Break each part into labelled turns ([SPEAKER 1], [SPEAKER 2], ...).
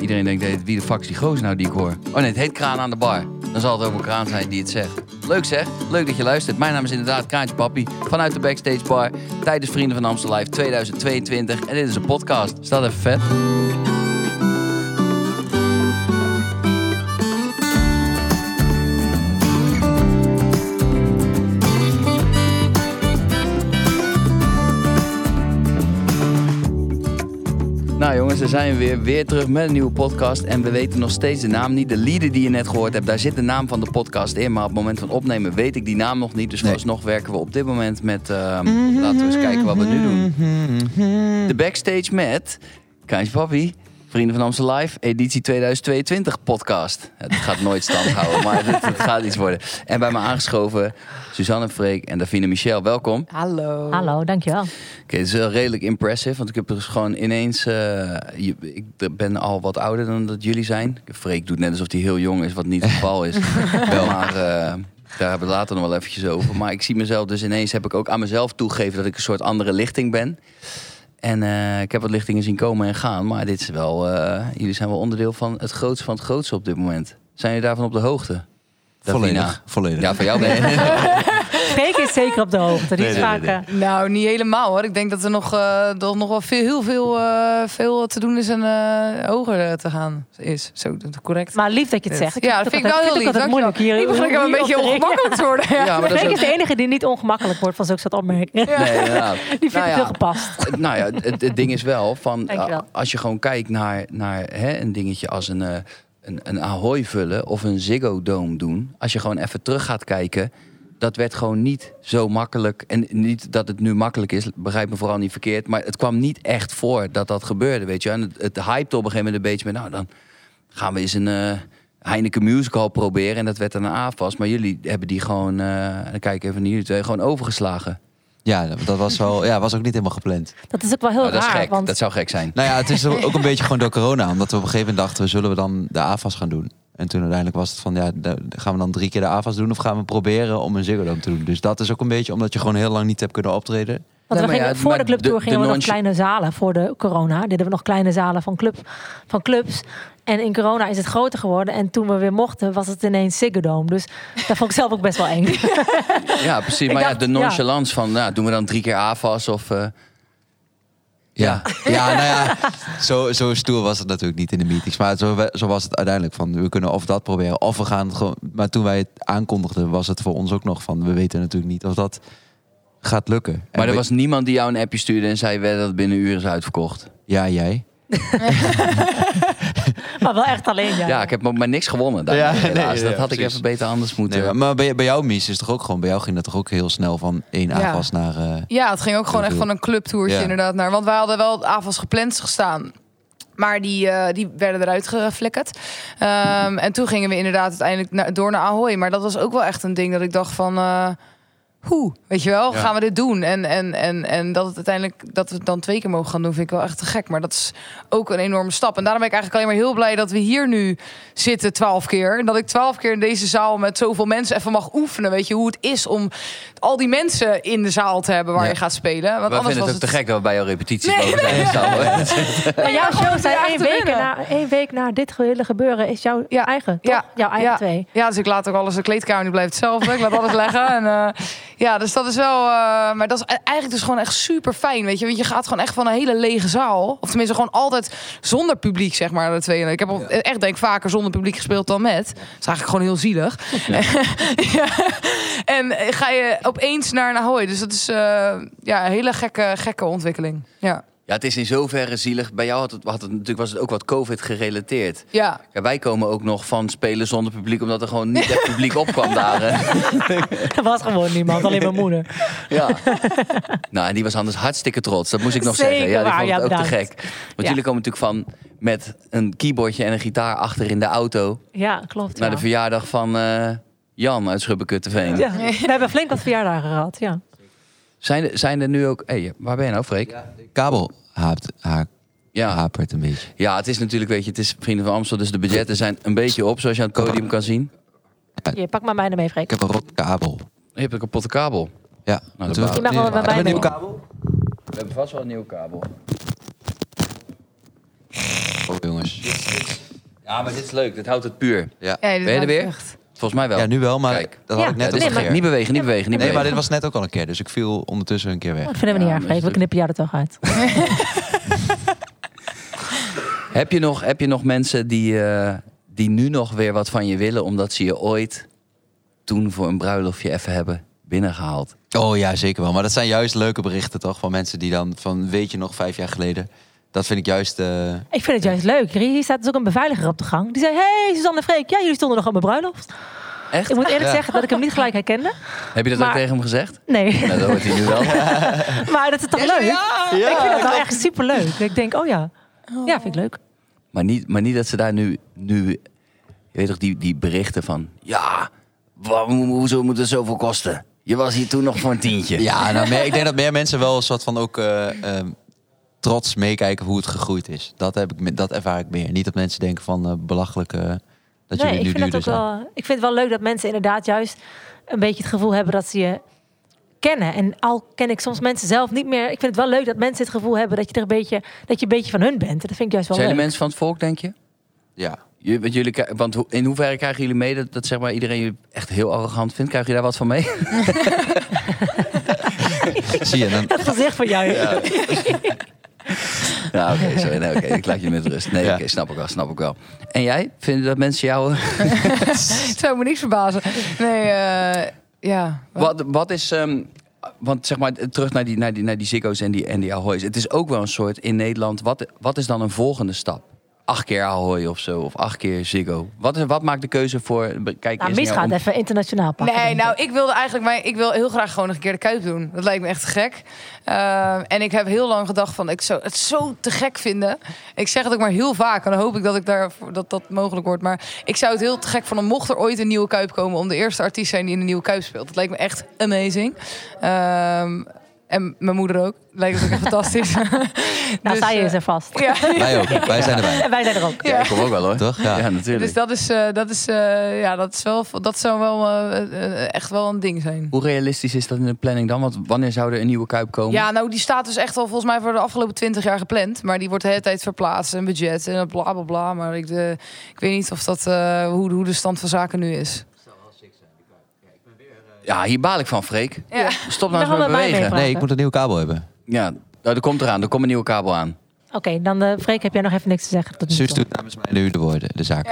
[SPEAKER 1] Iedereen denkt, hey, wie de fuck is die gozer nou die ik hoor? Oh nee, het heet Kraan aan de bar. Dan zal het ook een kraan zijn die het zegt. Leuk zeg, leuk dat je luistert. Mijn naam is inderdaad Kraantje Papi vanuit de Backstage Bar tijdens Vrienden van Amstel Live 2022. En dit is een podcast. Staat even vet. Nou jongens, daar zijn we weer. Weer terug met een nieuwe podcast. En we weten nog steeds de naam niet. De lieden die je net gehoord hebt, daar zit de naam van de podcast in. Maar op het moment van opnemen weet ik die naam nog niet. Dus vooralsnog werken we op dit moment met... ehm, Laten we eens kijken wat we nu doen. De backstage met Kaantje Papi. Vrienden van Amstel Live, editie 2022 podcast. Het gaat nooit stand houden, maar het, het gaat iets worden. En bij me aangeschoven Suzanne Freek en Davine Michel. Welkom.
[SPEAKER 2] Hallo.
[SPEAKER 3] Hallo, dankjewel.
[SPEAKER 1] Oké, het is wel redelijk impressive, want ik heb dus gewoon ineens... eh, je- ik ben al wat ouder dan dat jullie zijn. Freek doet net alsof hij heel jong is, wat niet het geval is. wel, maar eh, daar hebben we het later nog wel eventjes over. Maar ik zie mezelf dus ineens, heb ik ook aan mezelf toegegeven... dat ik een soort andere lichting ben. En eh, ik heb wat lichtingen zien komen en gaan. Maar dit is wel, eh, jullie zijn wel onderdeel van het grootste van het grootste op dit moment. Zijn jullie daarvan op de hoogte? Davina?
[SPEAKER 4] Volledig, volledig.
[SPEAKER 1] Ja, van jou ben je.
[SPEAKER 3] Freek is zeker op de hoogte. Die
[SPEAKER 4] Nee,
[SPEAKER 3] is
[SPEAKER 4] nee,
[SPEAKER 3] vaak,
[SPEAKER 4] nee, nee.
[SPEAKER 3] eh,
[SPEAKER 2] Nou, niet helemaal hoor. Ik denk dat er nog, eh, toch nog wel veel, heel veel, eh, veel te doen is en eh, hoger eh, te gaan is. Zo, dat is correct.
[SPEAKER 3] Maar lief dat je het zegt.
[SPEAKER 2] ja, dat vind ik wel heel lief.
[SPEAKER 3] Het
[SPEAKER 2] dankjewel.
[SPEAKER 3] altijd moeilijk hier.
[SPEAKER 2] ik begin
[SPEAKER 3] hier
[SPEAKER 2] ook wel een
[SPEAKER 3] op
[SPEAKER 2] beetje
[SPEAKER 3] te richten.
[SPEAKER 2] ongemakkelijk te worden. Ja.
[SPEAKER 1] Ja, maar dat is
[SPEAKER 3] Freek
[SPEAKER 1] ook...
[SPEAKER 3] is de enige die niet ongemakkelijk wordt van zulke soort opmerkingen.
[SPEAKER 1] Nee, inderdaad.
[SPEAKER 3] Die vind
[SPEAKER 1] Nou
[SPEAKER 3] ik
[SPEAKER 1] ja,
[SPEAKER 3] heel gepast.
[SPEAKER 1] Het- nou ja, het, het ding is wel van
[SPEAKER 3] Dankjewel.
[SPEAKER 1] a- als je gewoon kijkt naar, naar hè, een dingetje als een, eh, een, een Ahoy vullen of een Ziggo Dome doen. Als je gewoon even terug gaat kijken, dat werd gewoon niet zo makkelijk. En niet dat het nu makkelijk is, begrijp me vooral niet verkeerd. Maar het kwam niet echt voor dat dat gebeurde, weet je. wel. En het, het hypte op een gegeven moment een beetje met, nou dan gaan we eens een eh, Heineken Musical proberen. En dat werd dan een AFAS. Maar jullie hebben die gewoon, eh, dan kijk ik even naar jullie twee, gewoon overgeslagen.
[SPEAKER 4] Ja, dat was, wel, ja, was ook niet helemaal gepland.
[SPEAKER 3] Dat is ook wel heel
[SPEAKER 1] Nou, dat is
[SPEAKER 3] raar.
[SPEAKER 1] gek,
[SPEAKER 3] Want
[SPEAKER 1] dat zou gek zijn.
[SPEAKER 4] Nou ja, het is ook een beetje gewoon door corona. Omdat we op een gegeven moment dachten, zullen we dan de AFAS gaan doen? En toen uiteindelijk was het van, ja, de- gaan we dan drie keer de AFAS doen? Of gaan we proberen om een Ziggo Dome te doen? Dus dat is ook een beetje omdat je gewoon heel lang niet hebt kunnen optreden.
[SPEAKER 1] Nee,
[SPEAKER 3] want we
[SPEAKER 1] maar
[SPEAKER 3] gingen,
[SPEAKER 1] ja,
[SPEAKER 3] voor
[SPEAKER 1] maar
[SPEAKER 3] de clubtour
[SPEAKER 1] de- de
[SPEAKER 3] gingen we nog
[SPEAKER 1] nonch-
[SPEAKER 3] kleine zalen voor de corona. Deden we nog kleine zalen van, club, van clubs. En in corona is het groter geworden. En toen we weer mochten, was het ineens Ziggo Dome. Dus dat vond ik zelf ook best wel eng.
[SPEAKER 1] Ja, precies. Maar
[SPEAKER 3] dacht,
[SPEAKER 1] ja, de
[SPEAKER 3] ja.
[SPEAKER 1] nonchalance van, nou, doen we dan drie keer AFAS of... eh,
[SPEAKER 4] Ja, ja nou ja, zo, zo stoer was het natuurlijk niet in de meetings. Maar zo, we- zo was het uiteindelijk van, we kunnen of dat proberen of we gaan het gewoon... Maar toen wij het aankondigden, was het voor ons ook nog van, we weten natuurlijk niet of dat gaat lukken. En
[SPEAKER 1] maar er
[SPEAKER 4] we-
[SPEAKER 1] was niemand die jou een appje stuurde en zei "Wedden dat het binnen uren is uitverkocht.
[SPEAKER 4] Ja, jij?
[SPEAKER 3] maar wel echt alleen. Ja,
[SPEAKER 1] Ja, ik heb ook maar niks gewonnen daar.
[SPEAKER 4] Ja, nee,
[SPEAKER 1] helaas.
[SPEAKER 4] ja,
[SPEAKER 1] dat had ik
[SPEAKER 4] precies.
[SPEAKER 1] even beter anders moeten.
[SPEAKER 4] Nee, maar- maar bij, bij jou, Mies, is toch ook gewoon... Bij jou ging dat toch ook heel snel van één
[SPEAKER 2] Ja.
[SPEAKER 4] AFAS naar... eh,
[SPEAKER 2] Ja, het ging ook gewoon echt van een clubtoertje
[SPEAKER 4] Ja.
[SPEAKER 2] inderdaad naar. Want wij hadden wel avonds gepland gestaan. Maar die, eh, die werden eruit geflikkerd. Ehm, en toen gingen we inderdaad uiteindelijk naar, door naar Ahoy. Maar dat was ook wel echt een ding dat ik dacht van... eh, hoe, weet je wel,
[SPEAKER 1] Ja.
[SPEAKER 2] gaan we dit doen? En, en, en, en dat het uiteindelijk dat we het dan twee keer mogen gaan doen, vind ik wel echt te gek. Maar dat is ook een enorme stap. En daarom ben ik eigenlijk alleen maar heel blij dat we hier nu zitten twaalf keer. En dat ik twaalf keer in deze zaal met zoveel mensen even mag oefenen. Weet je, hoe het is om al die mensen in de zaal te hebben waar
[SPEAKER 4] Ja.
[SPEAKER 2] je gaat spelen. Want
[SPEAKER 1] we
[SPEAKER 2] anders
[SPEAKER 1] vinden
[SPEAKER 2] was
[SPEAKER 1] het ook te gek dat we bij jouw repetities mogen zijn.
[SPEAKER 3] Maar jouw show zijn één
[SPEAKER 2] erachter
[SPEAKER 3] week,
[SPEAKER 2] winnen.
[SPEAKER 3] na, één week na dit hele gebeuren is jouw
[SPEAKER 2] Ja,
[SPEAKER 3] eigen, toch?
[SPEAKER 2] ja,
[SPEAKER 3] Jouw eigen
[SPEAKER 2] ja.
[SPEAKER 3] twee.
[SPEAKER 2] Ja, dus ik laat ook alles, de kleedkamer die blijft hetzelfde. Ik laat alles leggen. En, eh, ja, dus dat is wel... eh, maar dat is e- eigenlijk dus gewoon echt super fijn, weet je. Want je gaat gewoon echt van een hele lege zaal. Of tenminste, gewoon altijd zonder publiek, zeg maar, de twee. Ik heb al echt, denk ik, vaker zonder publiek gespeeld dan met. Dat is eigenlijk gewoon heel zielig. Ja. En eh, ga je opeens naar een Ahoy. Dus dat is eh, ja, een hele gekke, gekke ontwikkeling. Ja,
[SPEAKER 1] Ja, het is in zoverre zielig. Bij jou had het, had het, natuurlijk was het ook wat COVID gerelateerd.
[SPEAKER 2] ja.
[SPEAKER 1] Ja, wij komen ook nog van spelen zonder publiek, omdat er gewoon niet echt publiek opkwam daar. hè.
[SPEAKER 3] Er was gewoon niemand, alleen mijn moeder.
[SPEAKER 1] Ja. nou, en die was anders hartstikke trots. Dat moest ik nog
[SPEAKER 3] Zeker
[SPEAKER 1] zeggen. Ja, die
[SPEAKER 3] waar.
[SPEAKER 1] vond het
[SPEAKER 3] Ja,
[SPEAKER 1] ook te
[SPEAKER 3] bedankt.
[SPEAKER 1] gek. Want
[SPEAKER 3] Ja.
[SPEAKER 1] jullie komen natuurlijk van met een keyboardje en een gitaar achter in de auto
[SPEAKER 3] Ja, klopt.
[SPEAKER 1] naar
[SPEAKER 3] ja.
[SPEAKER 1] de verjaardag van eh, Jan uit Schubbekutteveen.
[SPEAKER 3] Ja, we hebben flink wat verjaardagen gehad, ja.
[SPEAKER 1] Zijn, er- zijn er nu ook... Hey, waar ben je nou, Freek? Ja.
[SPEAKER 4] kabel haapt, haak,
[SPEAKER 1] Ja.
[SPEAKER 4] hapert een beetje.
[SPEAKER 1] het is natuurlijk, weet je, het is Vrienden van Amstel, dus de budgetten zijn een beetje op, zoals je aan het podium kan zien.
[SPEAKER 3] Je pak maar mij ermee, Freek.
[SPEAKER 4] Ik heb een rot kabel.
[SPEAKER 1] Je hebt een kapotte kabel.
[SPEAKER 4] Ja.
[SPEAKER 1] dat
[SPEAKER 4] moeten we-
[SPEAKER 1] baalt.
[SPEAKER 3] Je mag wel bij mij
[SPEAKER 4] Hebben we een nieuwe
[SPEAKER 3] mee.
[SPEAKER 4] kabel?
[SPEAKER 1] We hebben vast wel een nieuwe kabel.
[SPEAKER 4] Oh, jongens.
[SPEAKER 1] Ja, maar dit is leuk. Dit houdt het puur.
[SPEAKER 4] Ja.
[SPEAKER 2] Ja, dit
[SPEAKER 1] Ben je er
[SPEAKER 2] maakt
[SPEAKER 1] weer?
[SPEAKER 2] echt-
[SPEAKER 1] Volgens mij wel.
[SPEAKER 4] ja, nu wel, maar
[SPEAKER 1] Kijk.
[SPEAKER 4] dat had
[SPEAKER 3] Ja,
[SPEAKER 4] ik
[SPEAKER 1] Ja, dit
[SPEAKER 4] net
[SPEAKER 1] is
[SPEAKER 3] Nee,
[SPEAKER 4] al
[SPEAKER 1] gek.
[SPEAKER 4] een
[SPEAKER 3] maar-
[SPEAKER 4] keer.
[SPEAKER 1] Niet bewegen, niet bewegen, niet
[SPEAKER 4] Nee, maar
[SPEAKER 1] bewegen.
[SPEAKER 4] dit was net ook al een keer, dus ik viel ondertussen een keer weg.
[SPEAKER 3] Dat vinden we
[SPEAKER 1] Ja,
[SPEAKER 3] niet erg,
[SPEAKER 1] maar
[SPEAKER 3] Freek.
[SPEAKER 1] is
[SPEAKER 3] We
[SPEAKER 1] het-
[SPEAKER 3] knippen jou er toch uit.
[SPEAKER 1] Heb je nog, heb je nog mensen die, eh, die nu nog weer wat van je willen, omdat ze je ooit toen voor een bruiloftje even hebben binnengehaald?
[SPEAKER 4] Oh ja, zeker wel. Maar dat zijn juist leuke berichten toch? Van mensen die dan van, weet je nog, vijf jaar geleden. Dat vind ik juist... eh,
[SPEAKER 3] Ik vind het juist leuk. Hier hier staat dus ook een beveiliger op de gang. Die zei, hey Suzanne en Freek, ja, jullie stonden nog op mijn bruiloft.
[SPEAKER 1] Echt?
[SPEAKER 3] Ik moet eerlijk
[SPEAKER 4] Ja.
[SPEAKER 3] zeggen dat ik hem niet gelijk herkende.
[SPEAKER 1] Heb je dat ook
[SPEAKER 3] Maar-
[SPEAKER 1] tegen hem gezegd?
[SPEAKER 3] Nee,
[SPEAKER 1] Nou, dat hoort hij nu wel.
[SPEAKER 3] maar dat is toch leuk? ik vind dat nou echt superleuk. Ik denk, oh ja, ja, vind ik leuk.
[SPEAKER 1] Maar niet, maar niet dat ze daar nu, nu je weet toch, die, die berichten van, ja, wa- hoe- hoezo moet het zoveel kosten? Je was hier toen nog voor een tientje.
[SPEAKER 4] Ja, nou, meer- ik denk dat meer mensen wel een soort van ook eh, ehm, trots meekijken hoe het gegroeid is. Dat, heb ik, me- dat ervaar ik meer. Niet dat mensen denken van eh belachelijke... dat
[SPEAKER 3] Nee, ik
[SPEAKER 4] jullie nu
[SPEAKER 3] vind, dat
[SPEAKER 4] duurder
[SPEAKER 3] ook
[SPEAKER 4] zijn.
[SPEAKER 3] wel, ik vind het wel leuk dat mensen inderdaad juist een beetje het gevoel hebben dat ze je kennen. En al ken ik soms mensen zelf niet meer. Ik vind het wel leuk dat mensen het gevoel hebben dat je er een beetje, dat je een beetje van hun bent. Dat vind ik juist wel
[SPEAKER 1] Zijn de
[SPEAKER 3] leuk.
[SPEAKER 1] mensen van het volk, denk je?
[SPEAKER 4] Ja.
[SPEAKER 1] Je- Want, jullie, ki- want hoe- in hoeverre krijgen jullie mee dat, dat zeg maar iedereen je echt heel arrogant vindt? Krijg je daar wat van mee?
[SPEAKER 4] Zie je, dan,
[SPEAKER 3] Dat gezicht van jou.
[SPEAKER 1] Nou, oké, sorry. Nee, oké, ik laat je met rust. Nee,
[SPEAKER 4] Ja.
[SPEAKER 1] oké, snap ik wel, snap ik wel. En jij? Vinden dat mensen jou... eh,
[SPEAKER 2] Het zou me niks verbazen. Nee, eh, ja.
[SPEAKER 1] Wat, wat is... ehm, want zeg maar, terug naar die, naar die, naar die Ziggo's en die, en die Ahoy's. Het is ook wel een soort in Nederland... Wat, wat is dan een volgende stap? Acht keer Ahoy of zo, of acht keer Ziggo. Wat, is, wat maakt de keuze voor... Kijk,
[SPEAKER 3] Nou,
[SPEAKER 1] eerst
[SPEAKER 3] Mis
[SPEAKER 1] naar
[SPEAKER 3] gaat
[SPEAKER 1] om-
[SPEAKER 3] even internationaal pakken.
[SPEAKER 2] Nee,
[SPEAKER 3] denk ik.
[SPEAKER 2] nou, ik wilde eigenlijk, maar ik wil heel graag gewoon nog een keer de Kuip doen. Dat lijkt me echt te gek. Ehm, en ik heb heel lang gedacht van, ik zou het zo te gek vinden. Ik zeg het ook maar heel vaak en dan hoop ik dat ik daar, dat, dat mogelijk wordt. Maar ik zou het heel te gek vinden, mocht er ooit een nieuwe Kuip komen... om de eerste artiest te zijn die in een nieuwe Kuip speelt. Dat lijkt me echt amazing. Ehm, en mijn moeder ook. Lijkt het ook echt fantastisch.
[SPEAKER 3] Nou,
[SPEAKER 2] Dus,
[SPEAKER 3] zij
[SPEAKER 2] eh,
[SPEAKER 3] is er vast.
[SPEAKER 2] Ja.
[SPEAKER 4] wij ook. Wij zijn erbij.
[SPEAKER 3] En wij zijn er ook.
[SPEAKER 1] Ja, ik kom ook wel hoor.
[SPEAKER 4] Toch? Ja.
[SPEAKER 1] Ja, natuurlijk.
[SPEAKER 2] Dus dat is, eh, dat is, eh, ja, dat is wel, dat zou wel eh, eh, echt wel een ding zijn.
[SPEAKER 1] Hoe realistisch is dat in de planning dan? Want wanneer zou er een nieuwe Kuip komen?
[SPEAKER 2] Ja, nou, die staat dus echt al volgens mij voor de afgelopen 20 jaar gepland. Maar die wordt de hele tijd verplaatst en budget en bla bla bla. Maar ik, de, ik weet niet of dat, eh, hoe, hoe de stand van zaken nu is.
[SPEAKER 1] Ja, hier baal ik van, Freek.
[SPEAKER 2] Ja.
[SPEAKER 1] Stop nou eens
[SPEAKER 3] Ik ben
[SPEAKER 1] met
[SPEAKER 3] wel blij mee,
[SPEAKER 1] bewegen.
[SPEAKER 3] maar-
[SPEAKER 4] Nee, ik moet een nieuwe kabel hebben.
[SPEAKER 1] Ja, nou, er komt eraan. Er komt een nieuwe kabel aan.
[SPEAKER 3] Oké, dan eh Freek, heb jij nog even niks te zeggen? Tot nu
[SPEAKER 4] Suus
[SPEAKER 3] toe.
[SPEAKER 4] doet namens mij nu de woorden, de zaak.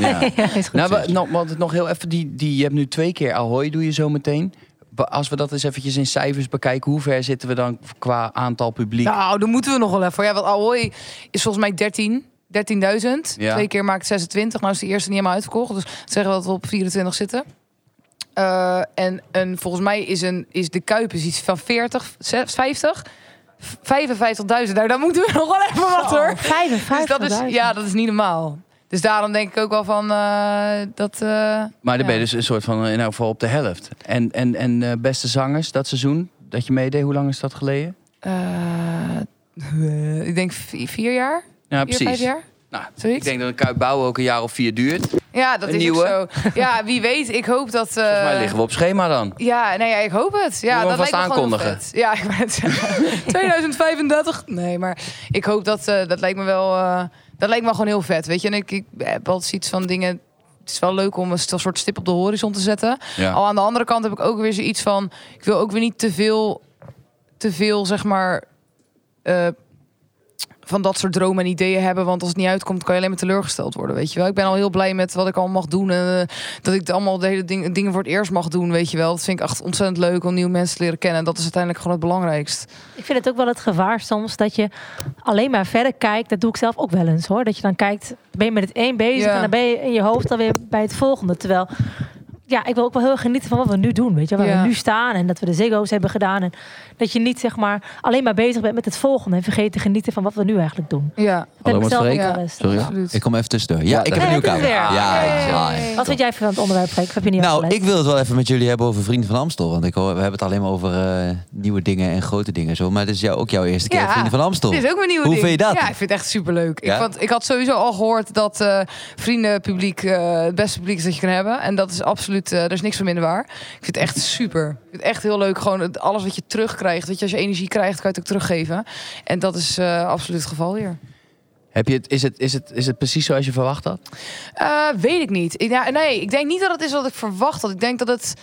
[SPEAKER 1] Ja.
[SPEAKER 3] Ja, is goed.
[SPEAKER 1] Nou, we- nog, want nog heel even, die, die, je hebt nu twee keer Ahoy, doe je zo meteen. Ba- Als we dat eens eventjes in cijfers bekijken, hoe ver zitten we dan qua aantal publiek?
[SPEAKER 2] Nou, daar moeten we nog wel even voor. Ja, want Ahoy is volgens mij 13. 13.000.
[SPEAKER 1] Ja.
[SPEAKER 2] Twee keer maakt 26. Nou is de eerste niet helemaal uitverkocht. Dus zeggen we dat we op 24 zitten. Eh, en, en volgens mij is, een, is de Kuip is iets van 40, 50, 55.000. Nou, daar moeten we nog wel even wat hoor.
[SPEAKER 3] Oh, 55
[SPEAKER 2] Dus dat is, ja, dat is niet normaal. Dus daarom denk ik ook wel van eh, dat. eh,
[SPEAKER 1] maar dan ben je
[SPEAKER 2] ja.
[SPEAKER 1] dus een soort van, eh, in elk geval op de helft. En, en, en eh, beste zangers, dat seizoen dat je meedeed, hoe lang is dat geleden?
[SPEAKER 2] Eh, ik denk vi- vier jaar,
[SPEAKER 1] Ja,
[SPEAKER 2] vier, vijf
[SPEAKER 1] precies.
[SPEAKER 2] jaar.
[SPEAKER 1] Nou,
[SPEAKER 2] Zoiets?
[SPEAKER 1] ik denk dat een kuip bouwen ook een jaar of vier duurt. Volgens
[SPEAKER 2] Ja, dat
[SPEAKER 1] Een
[SPEAKER 2] is
[SPEAKER 1] nieuwe.
[SPEAKER 2] ook zo. Ja, wie weet. Ik hoop dat. eh,
[SPEAKER 1] mij liggen we op schema dan.
[SPEAKER 2] Ja, nee, ja, ik hoop het. Ja,
[SPEAKER 1] Moeten we
[SPEAKER 2] dat lijkt
[SPEAKER 1] hem
[SPEAKER 2] me
[SPEAKER 1] vast
[SPEAKER 2] gewoon heel
[SPEAKER 1] aankondigen?
[SPEAKER 2] vet. Ja, ik ben het zeggen. 2035. Nee, maar ik hoop dat. eh, dat lijkt me wel. eh, dat lijkt me gewoon heel vet. Weet je, en ik, ik heb altijd iets van dingen. Het is wel leuk om een st- soort stip op de horizon te zetten.
[SPEAKER 1] Ja.
[SPEAKER 2] Al aan de andere kant heb ik ook weer zoiets van... Ik wil ook weer niet te veel, te veel zeg maar... eh, van dat soort dromen en ideeën hebben. Want als het niet uitkomt, kan je alleen maar teleurgesteld worden, weet je wel. Ik ben al heel blij met wat ik allemaal mag doen. En eh, dat ik het allemaal de hele ding, dingen voor het eerst mag doen, weet je wel. Dat vind ik echt ontzettend leuk om nieuwe mensen te leren kennen. En dat is uiteindelijk gewoon het belangrijkst.
[SPEAKER 3] Ik vind het ook wel het gevaar soms dat je alleen maar verder kijkt. Dat doe ik zelf ook wel eens hoor. Dat je dan kijkt, ben je met het één bezig
[SPEAKER 2] Ja.
[SPEAKER 3] en dan ben je in je hoofd alweer bij het volgende. Terwijl, ja, ik wil ook wel heel erg genieten van wat we nu doen. Weet je, waar
[SPEAKER 2] Ja.
[SPEAKER 3] we nu staan en dat we de Ziggo's hebben gedaan. En dat je niet zeg maar alleen maar bezig bent met het volgende. En vergeet te genieten van wat we nu eigenlijk doen.
[SPEAKER 2] Ja,
[SPEAKER 3] Dat heb ik
[SPEAKER 1] met
[SPEAKER 3] zelf ook
[SPEAKER 1] Freek.
[SPEAKER 3] wel eens.
[SPEAKER 1] Sorry.
[SPEAKER 2] absoluut.
[SPEAKER 4] Ik kom even tussendoor. Ja,
[SPEAKER 1] Ja,
[SPEAKER 4] ik heb een
[SPEAKER 3] nee,
[SPEAKER 4] nieuwe
[SPEAKER 3] het is
[SPEAKER 4] kabel.
[SPEAKER 3] weer.
[SPEAKER 4] Ja,
[SPEAKER 2] Yay.
[SPEAKER 4] ja, ja.
[SPEAKER 3] Wat vind jij van het onderwerp, Freek? Of heb je niet
[SPEAKER 4] Nou,
[SPEAKER 3] opgelet?
[SPEAKER 4] ik wil het wel even met jullie hebben over Vrienden van Amstel. Want ik hoor, we hebben het alleen maar over eh, nieuwe dingen en grote dingen. en Zo. Maar het is jou, ook jouw eerste keer
[SPEAKER 2] Ja.
[SPEAKER 4] Vrienden van Amstel.
[SPEAKER 2] Dit is ook mijn nieuwe
[SPEAKER 4] Hoe
[SPEAKER 2] ding.
[SPEAKER 4] vind je dat?
[SPEAKER 2] Ja, ik vind het echt superleuk.
[SPEAKER 4] Ja?
[SPEAKER 2] Ik, vond, ik had sowieso al gehoord dat eh vriendenpubliek eh, het beste publiek is dat je kan hebben. En dat is absoluut, eh daar is niks van minder waar. Ik vind het echt super. Ik vind het echt heel leuk. Gewoon het- alles wat je terugkrijgt. Weet je, als je energie krijgt, kan je het ook teruggeven. En dat is eh, absoluut het geval hier.
[SPEAKER 1] Heb je het, is, het, is, het, is het precies zoals je verwacht had?
[SPEAKER 2] Eh, weet ik niet. Ik- Ja, nee, ik denk niet dat het is wat ik verwacht had. Ik denk dat het.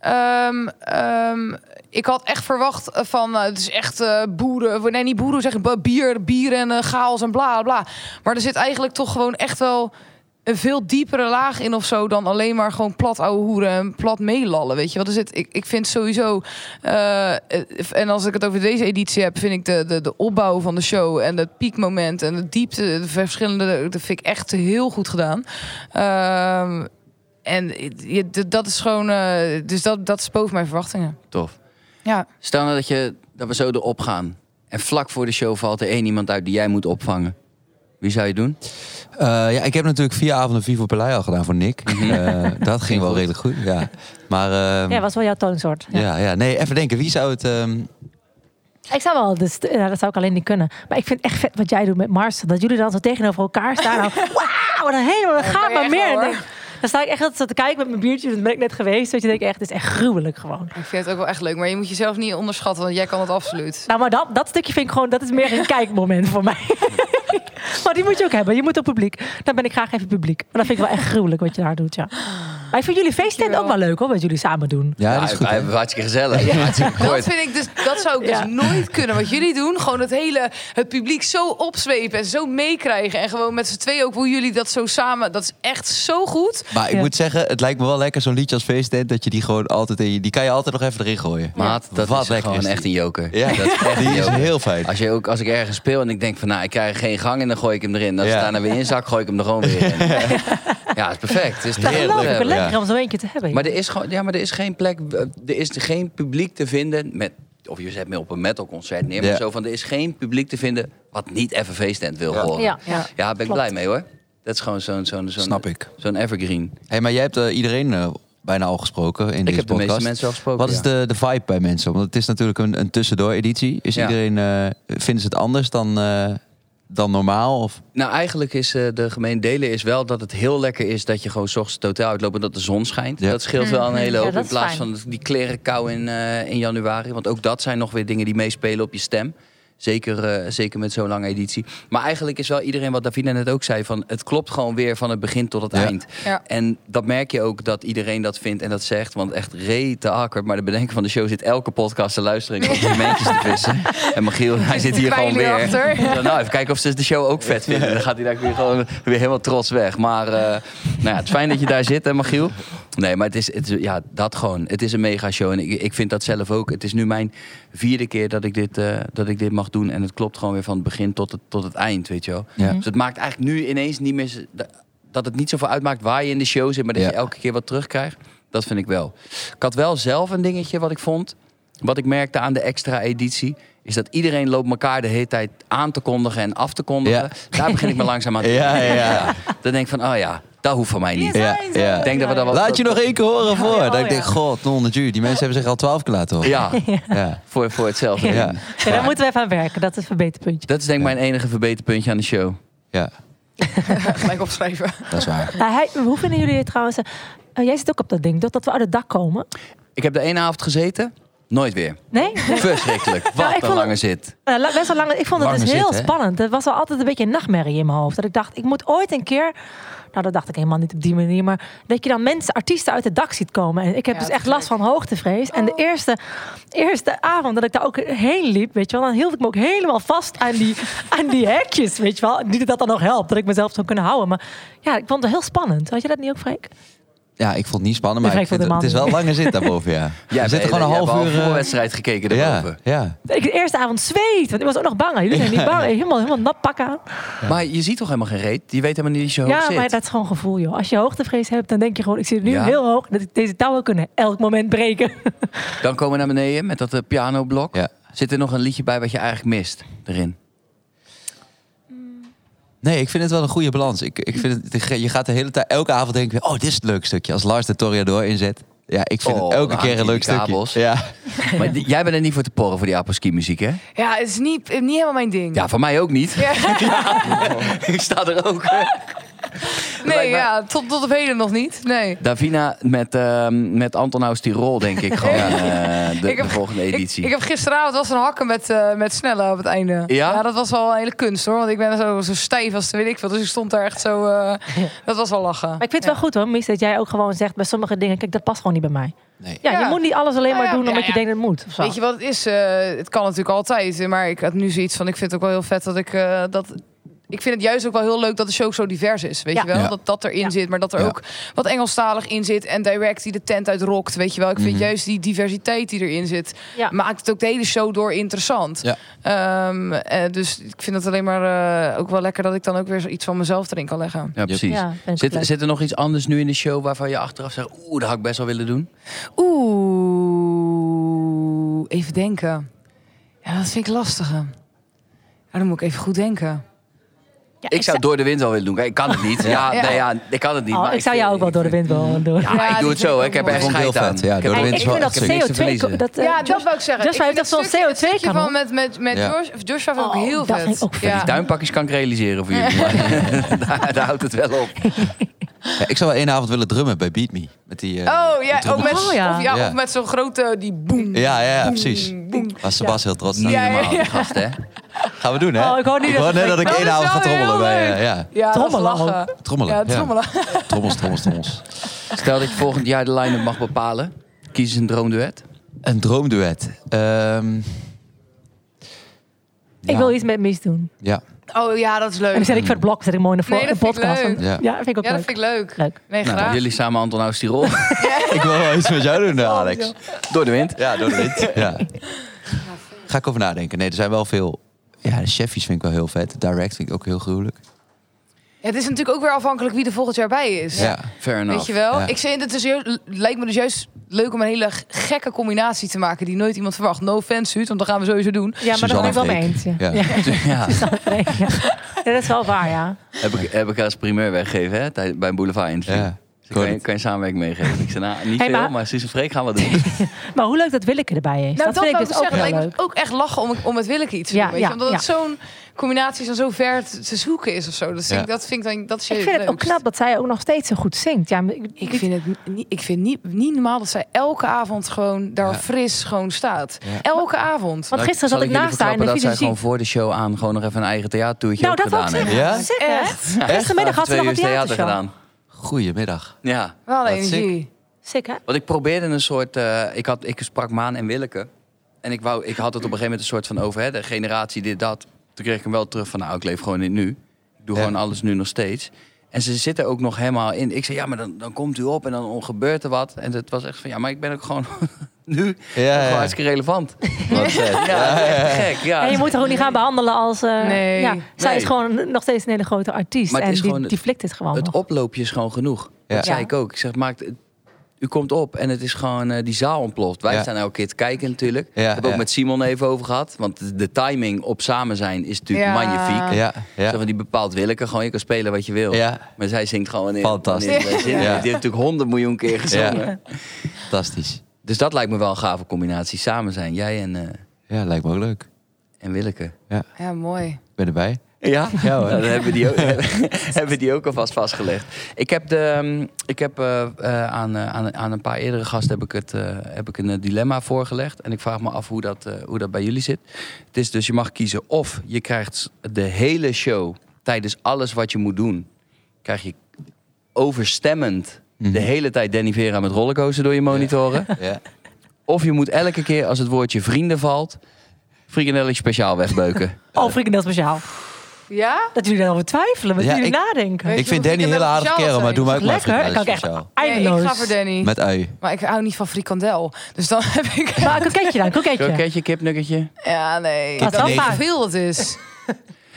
[SPEAKER 2] ehm, ehm, ik had echt verwacht eh, van eh, het is echt eh boeren. Nee, niet boeren, zeg ik b- bier, bier en eh, chaos en bla bla. Maar er zit eigenlijk toch gewoon echt wel een veel diepere laag in of zo dan alleen maar gewoon plat ouwe hoeren en plat meelallen, weet je wat is het? Ik, ik vind sowieso eh, eh, en als ik het over deze editie heb, vind ik de, de, de opbouw van de show en het piekmoment en de diepte, de verschillende, dat vind ik echt heel goed gedaan. Ehm, en je- d- dat is gewoon, eh, dus dat, dat is boven mijn verwachtingen.
[SPEAKER 1] Tof.
[SPEAKER 2] Ja.
[SPEAKER 1] Stel nou dat, je, dat we zo erop gaan. En vlak voor de show valt er één iemand uit die jij moet opvangen. Wie zou je doen?
[SPEAKER 4] Eh, ja, ik heb natuurlijk vier avonden Vivo Palais al gedaan voor Nick.
[SPEAKER 1] Mhm.
[SPEAKER 4] Eh, dat ging wel
[SPEAKER 1] goed.
[SPEAKER 4] redelijk goed, ja. Maar ehm,
[SPEAKER 3] Ja, was wel jouw toonsoort.
[SPEAKER 4] ja. Ja, nee, even denken. Wie zou het... ehm,
[SPEAKER 3] Ik zou wel, dus, ja, dat zou ik alleen niet kunnen. Maar ik vind echt vet wat jij doet met Marcel. Dat jullie dan zo tegenover elkaar staan. Nou, Wauw, dan helemaal, dan
[SPEAKER 2] dat kan
[SPEAKER 3] gaat
[SPEAKER 2] je
[SPEAKER 3] maar
[SPEAKER 2] echt
[SPEAKER 3] meer.
[SPEAKER 2] wel,
[SPEAKER 3] En
[SPEAKER 2] hoor.
[SPEAKER 3] denk- Dan sta ik echt altijd zo te kijken met mijn biertje. Dat ben ik net geweest. Dat je denkt echt, dit is echt gruwelijk gewoon.
[SPEAKER 2] Ik vind het ook wel echt leuk, maar je moet jezelf niet onderschatten, want jij kan het absoluut.
[SPEAKER 3] Nou, maar dat, dat stukje vind ik gewoon, dat is meer een kijkmoment voor mij. maar die moet je ook hebben. Je moet op publiek. Dan ben ik graag even publiek. Maar dat vind ik wel echt gruwelijk wat je daar doet, ja. Maar ik vind jullie feesttent ook wel leuk hoor, wat jullie samen doen.
[SPEAKER 4] ja, dat is goed.
[SPEAKER 1] hij-
[SPEAKER 4] hè?
[SPEAKER 1] hij- hartstikke gezellig. Hartstikke
[SPEAKER 2] Dat
[SPEAKER 1] kort.
[SPEAKER 2] vind ik dus, dat zou ik dus
[SPEAKER 3] Ja.
[SPEAKER 2] nooit kunnen. Wat jullie doen, gewoon het hele het publiek zo opzwepen en zo meekrijgen. En gewoon met z'n tweeën ook hoe jullie dat zo samen. Dat is echt zo goed.
[SPEAKER 4] Maar ik
[SPEAKER 3] Ja.
[SPEAKER 4] moet zeggen, het lijkt me wel lekker zo'n liedje als feesttent... dat je die gewoon altijd in je... Die kan je altijd nog even erin gooien.
[SPEAKER 1] Maat, dat
[SPEAKER 4] Wat
[SPEAKER 1] is
[SPEAKER 4] lekker
[SPEAKER 1] gewoon
[SPEAKER 4] is die.
[SPEAKER 1] echt een joker.
[SPEAKER 4] Ja,
[SPEAKER 1] Dat is echt
[SPEAKER 4] die
[SPEAKER 1] een
[SPEAKER 4] is
[SPEAKER 1] joker.
[SPEAKER 4] heel fijn.
[SPEAKER 1] Als, je ook, als ik ergens speel en ik denk van, nou, ik krijg geen gang en dan gooi ik hem erin. Als
[SPEAKER 4] Ja.
[SPEAKER 1] het daarna weer inzakt, gooi ik hem er gewoon weer in. Ja, het is perfect. Het is
[SPEAKER 3] Dat
[SPEAKER 1] te
[SPEAKER 3] geloof ik wel
[SPEAKER 1] hebben.
[SPEAKER 3] lekker
[SPEAKER 4] ja.
[SPEAKER 3] om zo eentje te hebben.
[SPEAKER 1] Maar er is gewoon, ja, maar er is geen plek, eh, er is geen publiek te vinden met, of je zet me op een metalconcert neer, maar
[SPEAKER 4] Ja.
[SPEAKER 1] zo van, er is geen publiek te vinden wat niet even feestend wil
[SPEAKER 4] Ja.
[SPEAKER 1] horen.
[SPEAKER 3] Ja.
[SPEAKER 1] Ja,
[SPEAKER 2] Ja.
[SPEAKER 1] daar ben ik
[SPEAKER 3] Klopt.
[SPEAKER 1] blij mee hoor. Dat is gewoon zo'n, zo'n, zo'n,
[SPEAKER 4] Snap ik.
[SPEAKER 1] zo'n evergreen.
[SPEAKER 4] Hey, maar jij hebt eh, iedereen eh, bijna al gesproken in deze
[SPEAKER 1] heb de
[SPEAKER 4] podcast.
[SPEAKER 1] meeste mensen al gesproken,
[SPEAKER 4] Wat is
[SPEAKER 1] ja.
[SPEAKER 4] de, de vibe bij mensen? Want het is natuurlijk een, een tussendoor-editie. Is
[SPEAKER 1] Ja.
[SPEAKER 4] iedereen, eh, vinden ze het anders dan, eh, dan normaal? Of?
[SPEAKER 1] Nou, eigenlijk is eh, de gemeen delen is wel dat het heel lekker is dat je gewoon 's ochtends totaal uitloopt en dat de zon schijnt.
[SPEAKER 4] Ja.
[SPEAKER 1] Dat scheelt wel een hele
[SPEAKER 3] Mhm. Ja,
[SPEAKER 1] hoop
[SPEAKER 3] dat
[SPEAKER 1] in
[SPEAKER 3] is
[SPEAKER 1] plaats
[SPEAKER 3] fijn.
[SPEAKER 1] van die klerenkou in, eh, in januari. Want ook dat zijn nog weer dingen die meespelen op je stem. Zeker, eh, zeker met zo'n lange editie. Maar eigenlijk is wel iedereen wat Davina net ook zei: van het klopt gewoon weer van het begin tot het
[SPEAKER 4] Ja.
[SPEAKER 1] eind.
[SPEAKER 2] Ja.
[SPEAKER 1] En dat merk je ook dat iedereen dat vindt en dat zegt. Want echt rete akkerd. Maar de bedenker van de show zit elke podcast te luisteren en complimentjes te vissen. En Michiel, hij zit hier gewoon
[SPEAKER 2] pijlen
[SPEAKER 1] weer.
[SPEAKER 2] achter.
[SPEAKER 1] Zo, nou, even kijken of ze de show ook vet vinden. Dan gaat hij daar weer gewoon weer helemaal trots weg. Maar eh, nou ja, het is fijn dat je daar zit, hè, Michiel? Nee, maar het is, het, is- ja, dat gewoon. Het is een mega show. En ik, ik vind dat zelf ook. Het is nu mijn vierde keer dat ik dit, eh, dat ik dit mag doen. En het klopt gewoon weer van het begin tot het, tot het eind, weet je wel.
[SPEAKER 4] Ja.
[SPEAKER 1] Dus het maakt eigenlijk nu ineens niet meer... z- da- Dat het niet zoveel uitmaakt waar je in de show zit... maar dat
[SPEAKER 4] Ja.
[SPEAKER 1] je elke keer wat terugkrijgt. Dat vind ik wel. Ik had wel zelf een dingetje wat ik vond. Wat ik merkte aan de extra editie... is dat iedereen loopt elkaar de hele tijd aan te kondigen en af te kondigen. Daar begin ik me langzaam aan te
[SPEAKER 4] Ja, ja, ja.
[SPEAKER 1] Dan denk ik van, oh ja, dat hoeft van mij niet.
[SPEAKER 4] Ja, ja.
[SPEAKER 1] Ik denk dat we dat wel...
[SPEAKER 4] Laat je nog één keer horen voor.
[SPEAKER 3] ja,
[SPEAKER 4] dat ik
[SPEAKER 3] ja.
[SPEAKER 4] denk, god, non de Die mensen hebben zich al twaalf keer laten horen.
[SPEAKER 1] Ja,
[SPEAKER 4] Ja.
[SPEAKER 1] voor, voor hetzelfde.
[SPEAKER 4] Ja.
[SPEAKER 1] doen.
[SPEAKER 3] Ja, daar moeten we even aan werken. Dat is een verbeterpuntje.
[SPEAKER 1] Dat is denk ik mijn enige verbeterpuntje aan de show.
[SPEAKER 4] Ja,
[SPEAKER 2] Gelijk opschrijven.
[SPEAKER 4] dat is waar.
[SPEAKER 3] Nou, hij- hoe vinden jullie het trouwens? eh, eh, jij zit ook op dat ding, toch? Dat we uit het dak komen?
[SPEAKER 1] Ik heb de ene avond gezeten, nooit weer.
[SPEAKER 3] Nee?
[SPEAKER 1] Verschrikkelijk. Wat
[SPEAKER 3] Nou, ik
[SPEAKER 1] een
[SPEAKER 3] vond het-
[SPEAKER 1] lange zit.
[SPEAKER 3] Eh, la- best wel lang, ik vond het
[SPEAKER 4] Lange
[SPEAKER 3] dus heel
[SPEAKER 4] zit, hè?
[SPEAKER 3] spannend. Het was wel altijd een beetje een nachtmerrie in mijn hoofd. Dat ik dacht, ik moet ooit een keer... Nou, dat dacht ik helemaal niet op die manier. Maar dat je dan mensen, artiesten uit het dak ziet komen. En ik heb
[SPEAKER 2] Ja,
[SPEAKER 3] dus
[SPEAKER 2] dat
[SPEAKER 3] echt
[SPEAKER 2] is Oh.
[SPEAKER 3] last van hoogtevrees. En de eerste, eerste avond dat ik daar ook heen liep, weet je wel... dan hield ik me ook helemaal vast aan die, aan die hekjes, weet je wel. Niet dat dat dan nog helpt, dat ik mezelf zou kunnen houden. Maar ja, ik vond het heel spannend. Had je dat niet ook, Freek?
[SPEAKER 4] Ja, ik vond het niet spannend, maar
[SPEAKER 3] Ik
[SPEAKER 4] ik
[SPEAKER 3] vond
[SPEAKER 4] vind, het
[SPEAKER 3] het
[SPEAKER 4] is wel
[SPEAKER 3] helemaal
[SPEAKER 4] lange zit daarboven, ja.
[SPEAKER 1] Jij
[SPEAKER 4] we zitten
[SPEAKER 1] hebt-
[SPEAKER 4] gewoon een
[SPEAKER 1] jij hebt
[SPEAKER 4] half
[SPEAKER 1] al
[SPEAKER 4] uur...
[SPEAKER 1] voor
[SPEAKER 4] eh,
[SPEAKER 1] wedstrijd gekeken
[SPEAKER 4] ja,
[SPEAKER 1] daarboven.
[SPEAKER 4] ja.
[SPEAKER 3] Ik de eerste avond zweet, want ik was ook nog bang. Jullie zijn niet bang, helemaal, helemaal nat pakken aan.
[SPEAKER 1] Maar je ziet toch helemaal geen reet? Je weet helemaal niet wie je hoofd
[SPEAKER 3] Ja,
[SPEAKER 1] zit.
[SPEAKER 3] maar dat is gewoon gevoel, joh. Als je hoogtevrees hebt, dan denk je gewoon... ik zit nu
[SPEAKER 1] Ja.
[SPEAKER 3] heel hoog, dat ik deze touwen kunnen elk moment breken.
[SPEAKER 1] Dan komen we naar beneden met dat eh, pianoblok.
[SPEAKER 4] Ja.
[SPEAKER 1] Zit er nog een liedje bij wat je eigenlijk mist erin?
[SPEAKER 4] Nee, ik vind het wel een goede balans. Ik, ik vind het, je gaat de hele tijd, elke avond denken, oh, dit is het leuk stukje. Als Lars de Toriador inzet. Ja, ik vind
[SPEAKER 1] Oh,
[SPEAKER 4] het elke
[SPEAKER 1] nou,
[SPEAKER 4] keer
[SPEAKER 1] die
[SPEAKER 4] een leuk stukje.
[SPEAKER 1] kabels.
[SPEAKER 4] Ja.
[SPEAKER 1] Maar die- jij bent er niet voor te porren voor die apres-ski muziek, hè?
[SPEAKER 2] Ja, het is niet, niet helemaal mijn ding.
[SPEAKER 4] Oh.
[SPEAKER 1] Ja, van mij ook niet.
[SPEAKER 2] Ja.
[SPEAKER 1] Ik sta er ook. eh.
[SPEAKER 2] Nee,
[SPEAKER 1] Blijkbaar-
[SPEAKER 2] ja, tot, tot op heden nog niet. Nee.
[SPEAKER 1] Davina met, ehm, met Anton House Tirol, denk ik gewoon. eh, de,
[SPEAKER 2] Ik heb-
[SPEAKER 1] de volgende
[SPEAKER 2] Ik,
[SPEAKER 1] editie.
[SPEAKER 2] ik heb gisteravond was een hakken met, eh, met snelle op het einde.
[SPEAKER 1] Ja?
[SPEAKER 2] dat was wel een hele kunst hoor. Want ik ben zo, zo stijf als weet ik veel. Dus ik stond daar echt zo. eh, dat was wel lachen.
[SPEAKER 3] Maar ik vind het wel goed hoor, Mies, dat jij ook gewoon zegt bij sommige dingen, kijk, dat past gewoon niet bij mij.
[SPEAKER 4] Nee.
[SPEAKER 3] Ja,
[SPEAKER 2] Ja.
[SPEAKER 3] je moet niet alles alleen
[SPEAKER 2] Nou
[SPEAKER 3] maar
[SPEAKER 2] ja,
[SPEAKER 3] doen
[SPEAKER 2] ja,
[SPEAKER 3] omdat je
[SPEAKER 2] ja.
[SPEAKER 3] denkt dat het moet. of zo.
[SPEAKER 2] Weet je wat het is? Eh, het kan natuurlijk altijd. Maar ik had nu zoiets van: ik vind het ook wel heel vet dat ik eh, dat. Ik vind het juist ook wel heel leuk dat de show zo divers is. Weet
[SPEAKER 3] Ja.
[SPEAKER 2] je wel?
[SPEAKER 4] Ja.
[SPEAKER 2] Dat dat erin
[SPEAKER 3] Ja.
[SPEAKER 2] zit, maar dat er
[SPEAKER 4] Ja.
[SPEAKER 2] ook wat Engelstalig in zit. En direct die de tent uitrokt. Weet je wel? Ik vind
[SPEAKER 4] Mhm.
[SPEAKER 2] juist die diversiteit die erin zit.
[SPEAKER 3] Ja.
[SPEAKER 2] Maakt het ook de hele show door interessant.
[SPEAKER 4] Ja.
[SPEAKER 2] Ehm, eh, dus ik vind het alleen maar eh, ook wel lekker dat ik dan ook weer iets van mezelf erin kan leggen.
[SPEAKER 1] Ja, precies.
[SPEAKER 3] Ja, vind ik ook leuk.
[SPEAKER 1] Zit, zit er nog iets anders nu in de show waarvan je achteraf zegt... oeh, dat had ik best wel willen doen?
[SPEAKER 2] Oeh, even denken. Ja, dat vind ik lastig. Ja, dan moet ik even goed denken.
[SPEAKER 3] Ja,
[SPEAKER 1] ik zou
[SPEAKER 3] zou-
[SPEAKER 1] door de wind wel willen doen. Kijk, Ik kan het niet. Ja,
[SPEAKER 2] Ja.
[SPEAKER 1] nee, ja ik kan het niet.
[SPEAKER 3] Oh,
[SPEAKER 1] maar
[SPEAKER 3] ik zou jou ook wel door de wind willen doen.
[SPEAKER 1] Ja, maar
[SPEAKER 2] Ja,
[SPEAKER 1] ik doe
[SPEAKER 2] die
[SPEAKER 1] het zo.
[SPEAKER 2] vind
[SPEAKER 1] hè.
[SPEAKER 2] ik
[SPEAKER 1] Ik heb
[SPEAKER 2] ook
[SPEAKER 1] er echt
[SPEAKER 4] mooi.
[SPEAKER 1] scheid
[SPEAKER 4] Heel
[SPEAKER 1] aan.
[SPEAKER 4] vet, ja,
[SPEAKER 1] Ik
[SPEAKER 4] door
[SPEAKER 1] heb er
[SPEAKER 4] de
[SPEAKER 1] echt
[SPEAKER 3] ik
[SPEAKER 4] wind is wel-
[SPEAKER 3] vind
[SPEAKER 1] niks
[SPEAKER 3] dat
[SPEAKER 1] te
[SPEAKER 3] CO2...
[SPEAKER 1] verliezen.
[SPEAKER 3] ko- Dat, eh,
[SPEAKER 2] ja,
[SPEAKER 3] Josh-
[SPEAKER 2] dat wou ik zeggen.
[SPEAKER 3] Josh,
[SPEAKER 2] ik
[SPEAKER 3] hij
[SPEAKER 2] vind
[SPEAKER 3] heeft
[SPEAKER 2] het
[SPEAKER 3] echt
[SPEAKER 2] stukje-
[SPEAKER 3] wel CO2
[SPEAKER 2] Het stukje
[SPEAKER 3] kan, Oh,
[SPEAKER 2] van met, met, met
[SPEAKER 4] Ja.
[SPEAKER 2] Josh, Josh vond ik ook heel
[SPEAKER 3] dat
[SPEAKER 2] vet.
[SPEAKER 3] vind ik ook vet.
[SPEAKER 1] Die duimpakjes kan ik realiseren voor jullie. maar daar, daar houdt het wel op.
[SPEAKER 4] Ja, ik zou wel één avond willen drummen bij Beat Me. Met die, eh,
[SPEAKER 2] Oh ja,
[SPEAKER 4] die
[SPEAKER 2] ook met,
[SPEAKER 3] Oh, ja. Eh,
[SPEAKER 2] Of, ja,
[SPEAKER 4] Ja.
[SPEAKER 2] of met zo'n grote, die boem.
[SPEAKER 4] drummen. ja, ja, ja, precies.
[SPEAKER 2] boem.
[SPEAKER 4] Was Sebas heel trots
[SPEAKER 1] Niet
[SPEAKER 4] naar.
[SPEAKER 2] Ja,
[SPEAKER 1] normaal, die
[SPEAKER 2] ja.
[SPEAKER 1] gast, hè?
[SPEAKER 4] Gaan we doen, hè?
[SPEAKER 3] Oh, ik hoor niet dat
[SPEAKER 4] net
[SPEAKER 3] het- Oh,
[SPEAKER 4] dat ik
[SPEAKER 2] Dat
[SPEAKER 4] één
[SPEAKER 2] is
[SPEAKER 4] avond ga
[SPEAKER 2] wel heel
[SPEAKER 4] trommelen bij...
[SPEAKER 2] leuk.
[SPEAKER 4] eh, ja.
[SPEAKER 2] Ja,
[SPEAKER 3] Trommelen
[SPEAKER 2] dat is lachen.
[SPEAKER 4] Trommelen.
[SPEAKER 2] Ja, trommelen.
[SPEAKER 4] Trommels, trommels, trommels.
[SPEAKER 1] Stel dat je volgend jaar de line-up mag bepalen. Kies eens een droomduet.
[SPEAKER 4] Een droomduet. Ehm,
[SPEAKER 3] Ik
[SPEAKER 4] ja.
[SPEAKER 3] wil iets met Mies doen.
[SPEAKER 4] Ja.
[SPEAKER 2] Oh ja, dat is
[SPEAKER 3] En dan
[SPEAKER 2] leuk.
[SPEAKER 3] zet ik voor het blok, zet ik mooi in de, vo-
[SPEAKER 2] Nee, dat
[SPEAKER 3] de
[SPEAKER 2] vind ik
[SPEAKER 3] podcast.
[SPEAKER 2] leuk.
[SPEAKER 3] Ja.
[SPEAKER 4] Ja.
[SPEAKER 3] vind ik ook
[SPEAKER 2] Ja, dat
[SPEAKER 3] leuk.
[SPEAKER 2] vind ik leuk.
[SPEAKER 3] Leuk.
[SPEAKER 2] Nee,
[SPEAKER 1] Nou,
[SPEAKER 2] graag.
[SPEAKER 1] jullie samen Anton Austirol.
[SPEAKER 4] Ik wil wel iets met jou doen, eh, Alex.
[SPEAKER 1] Door de wind.
[SPEAKER 4] Ja, door de wind. Ja. Ga ik over nadenken. Nee, er zijn wel veel... Ja, de chefjes vind ik wel heel vet. Direct vind ik ook heel gruwelijk.
[SPEAKER 2] Ja, het is natuurlijk ook weer afhankelijk wie er volgend jaar bij is.
[SPEAKER 4] Ja.
[SPEAKER 1] Fair enough.
[SPEAKER 2] Weet je wel?
[SPEAKER 4] Ja.
[SPEAKER 2] Ik vind het dus heel- lijkt me dus juist leuk om een hele g- gekke combinatie te maken die nooit iemand verwacht. No offense, Huud, want dat gaan we sowieso doen.
[SPEAKER 3] Ja, maar daar ben ik wel mee eens. Ja.
[SPEAKER 4] Ja.
[SPEAKER 1] Ja.
[SPEAKER 3] Nee, ja. Ja, dat is wel waar, ja.
[SPEAKER 1] Heb ik, heb ik als primeur weggegeven hè, tij- bij een boulevard interview.
[SPEAKER 4] Ja.
[SPEAKER 1] Dus kan, je, kan je samenwerking meegeven. Ik zei, nou, niet
[SPEAKER 3] Hey,
[SPEAKER 1] veel,
[SPEAKER 3] maar-
[SPEAKER 1] maar Suus en Freek gaan we doen.
[SPEAKER 3] Maar hoe leuk dat Willeke erbij is.
[SPEAKER 2] Nou,
[SPEAKER 3] dat, vind
[SPEAKER 2] wou
[SPEAKER 3] ik dus ook heel
[SPEAKER 2] lijkt me
[SPEAKER 3] leuk.
[SPEAKER 2] ook echt lachen om, om het Willeke iets te
[SPEAKER 3] Ja,
[SPEAKER 2] doen. Weet
[SPEAKER 3] ja,
[SPEAKER 2] je? Omdat
[SPEAKER 3] ja.
[SPEAKER 2] het zo'n combinatie is en zo ver te, te zoeken is of zo. Dat vind,
[SPEAKER 4] Ja.
[SPEAKER 2] ik, dat vind ik dan dat is
[SPEAKER 3] Ik vind het ook
[SPEAKER 2] leukst.
[SPEAKER 3] knap dat zij ook nog steeds zo goed zingt. Ja, maar ik,
[SPEAKER 2] Ik vind het niet, ik vind niet, niet normaal dat zij elke avond gewoon daar
[SPEAKER 4] Ja.
[SPEAKER 2] fris gewoon staat.
[SPEAKER 4] Ja.
[SPEAKER 2] Elke avond.
[SPEAKER 3] want gisteren zat ik naast haar in de
[SPEAKER 1] dat zij
[SPEAKER 3] fysiologie.
[SPEAKER 1] gewoon voor de show aan gewoon nog even een eigen theatertoertje
[SPEAKER 3] Nou, dat wil ik
[SPEAKER 1] gedaan
[SPEAKER 3] zeggen.
[SPEAKER 4] Ja?
[SPEAKER 3] Sick, hè?
[SPEAKER 2] Echt?
[SPEAKER 3] Gistermiddag had ze nog een
[SPEAKER 1] theater
[SPEAKER 3] theatershow.
[SPEAKER 1] gedaan.
[SPEAKER 4] Goedemiddag.
[SPEAKER 1] Ja.
[SPEAKER 2] Wel
[SPEAKER 4] Dat is
[SPEAKER 2] energie.
[SPEAKER 3] Sick, hè?
[SPEAKER 1] Want ik probeerde een soort... eh, ik, had, ik sprak Maan en Willeke. En ik, wou, ik had het op een gegeven moment een soort van over... Hè, de generatie dit, dat. Toen kreeg ik hem wel terug van... Nou, ik leef gewoon in het nu. Ik doe
[SPEAKER 4] Ja.
[SPEAKER 1] gewoon alles nu nog steeds. En ze zitten ook nog helemaal in. Ik zei, ja, maar dan, dan komt u op en dan gebeurt er wat. En het was echt van, ja, maar ik ben ook gewoon nu
[SPEAKER 4] Ja,
[SPEAKER 1] gewoon
[SPEAKER 4] ja.
[SPEAKER 1] hartstikke relevant.
[SPEAKER 4] Wat vet.
[SPEAKER 1] Ja, dat is echt gek. Ja.
[SPEAKER 3] En je moet haar ook niet gaan behandelen als... eh,
[SPEAKER 2] Nee.
[SPEAKER 3] ja, zij
[SPEAKER 1] Nee.
[SPEAKER 3] is gewoon nog steeds een hele grote artiest.
[SPEAKER 1] Maar het
[SPEAKER 3] en
[SPEAKER 1] is
[SPEAKER 3] die,
[SPEAKER 1] gewoon-
[SPEAKER 3] die flikt dit gewoon
[SPEAKER 1] Het
[SPEAKER 3] nog.
[SPEAKER 1] oploopje is gewoon genoeg.
[SPEAKER 4] Ja.
[SPEAKER 1] Dat zei
[SPEAKER 3] Ja.
[SPEAKER 1] ik ook. Ik zeg, maakt, het- u komt op en het is gewoon, eh, die zaal ontploft. Wij
[SPEAKER 4] Ja.
[SPEAKER 1] staan elke keer te kijken natuurlijk.
[SPEAKER 4] Ja,
[SPEAKER 1] Ik heb ook
[SPEAKER 4] ja.
[SPEAKER 1] met Simon even over gehad. Want de timing op samen zijn is natuurlijk
[SPEAKER 2] Ja.
[SPEAKER 1] magnifiek.
[SPEAKER 4] Ja,
[SPEAKER 1] Zo
[SPEAKER 4] ja.
[SPEAKER 1] van, die bepaalt willeke gewoon. Je kan spelen wat je wil.
[SPEAKER 4] Ja,
[SPEAKER 1] Maar zij zingt gewoon in.
[SPEAKER 4] Fantastisch.
[SPEAKER 1] in- in- in-
[SPEAKER 4] Ja.
[SPEAKER 1] Die heeft natuurlijk honderd miljoen keer gezongen.
[SPEAKER 4] fantastisch.
[SPEAKER 1] Dus dat lijkt me wel een gave combinatie. Samen zijn, jij en, eh,
[SPEAKER 4] Ja, lijkt me ook leuk.
[SPEAKER 1] en Willeke.
[SPEAKER 2] Ja, mooi.
[SPEAKER 4] Ik ben erbij.
[SPEAKER 1] Ja,
[SPEAKER 4] Ja, hoor.
[SPEAKER 1] Nou, dan hebben we die ook, hebben we die ook alvast vastgelegd. Ik heb, de, ehm, ik heb eh, eh, aan, eh, aan, aan een paar eerdere gasten heb ik het, eh, heb ik een eh, dilemma voorgelegd. En ik vraag me af hoe dat, eh, hoe dat bij jullie zit. Het is dus, je mag kiezen of je krijgt de hele show tijdens alles wat je moet doen. Krijg je overstemmend de hele tijd Danny Vera met rollercoaster door je monitoren.
[SPEAKER 4] Mhm. Ja.
[SPEAKER 1] Of je moet elke keer als het woordje vrienden valt, frikandelletje speciaal wegbeuken.
[SPEAKER 3] Oh, frikandel speciaal.
[SPEAKER 2] Ja?
[SPEAKER 3] Dat jullie daarover twijfelen, dat
[SPEAKER 4] Ja,
[SPEAKER 3] jullie
[SPEAKER 4] ik-
[SPEAKER 3] nadenken.
[SPEAKER 2] Weet
[SPEAKER 4] Ik
[SPEAKER 2] je
[SPEAKER 4] vind
[SPEAKER 2] hoe
[SPEAKER 4] Danny een hele
[SPEAKER 2] frikandel
[SPEAKER 4] aardige
[SPEAKER 2] speciaal
[SPEAKER 4] kerel,
[SPEAKER 2] zijn?
[SPEAKER 4] maar doe mij ook maar
[SPEAKER 3] Lekker,
[SPEAKER 4] frikandel
[SPEAKER 3] ik kan ook echt
[SPEAKER 4] speciaal.
[SPEAKER 2] Nee,
[SPEAKER 3] eindeloos.
[SPEAKER 2] ik ga voor Danny.
[SPEAKER 4] Met ui.
[SPEAKER 2] Maar ik hou niet van frikandel. Dus dan heb ik...
[SPEAKER 3] Maar een Ah, kroketje dan, kroketje.
[SPEAKER 1] Kroketje, kipnuggetje.
[SPEAKER 2] Ja, nee.
[SPEAKER 3] Wat
[SPEAKER 2] Dat
[SPEAKER 3] dan
[SPEAKER 2] is
[SPEAKER 3] maar?
[SPEAKER 2] te veel dat is.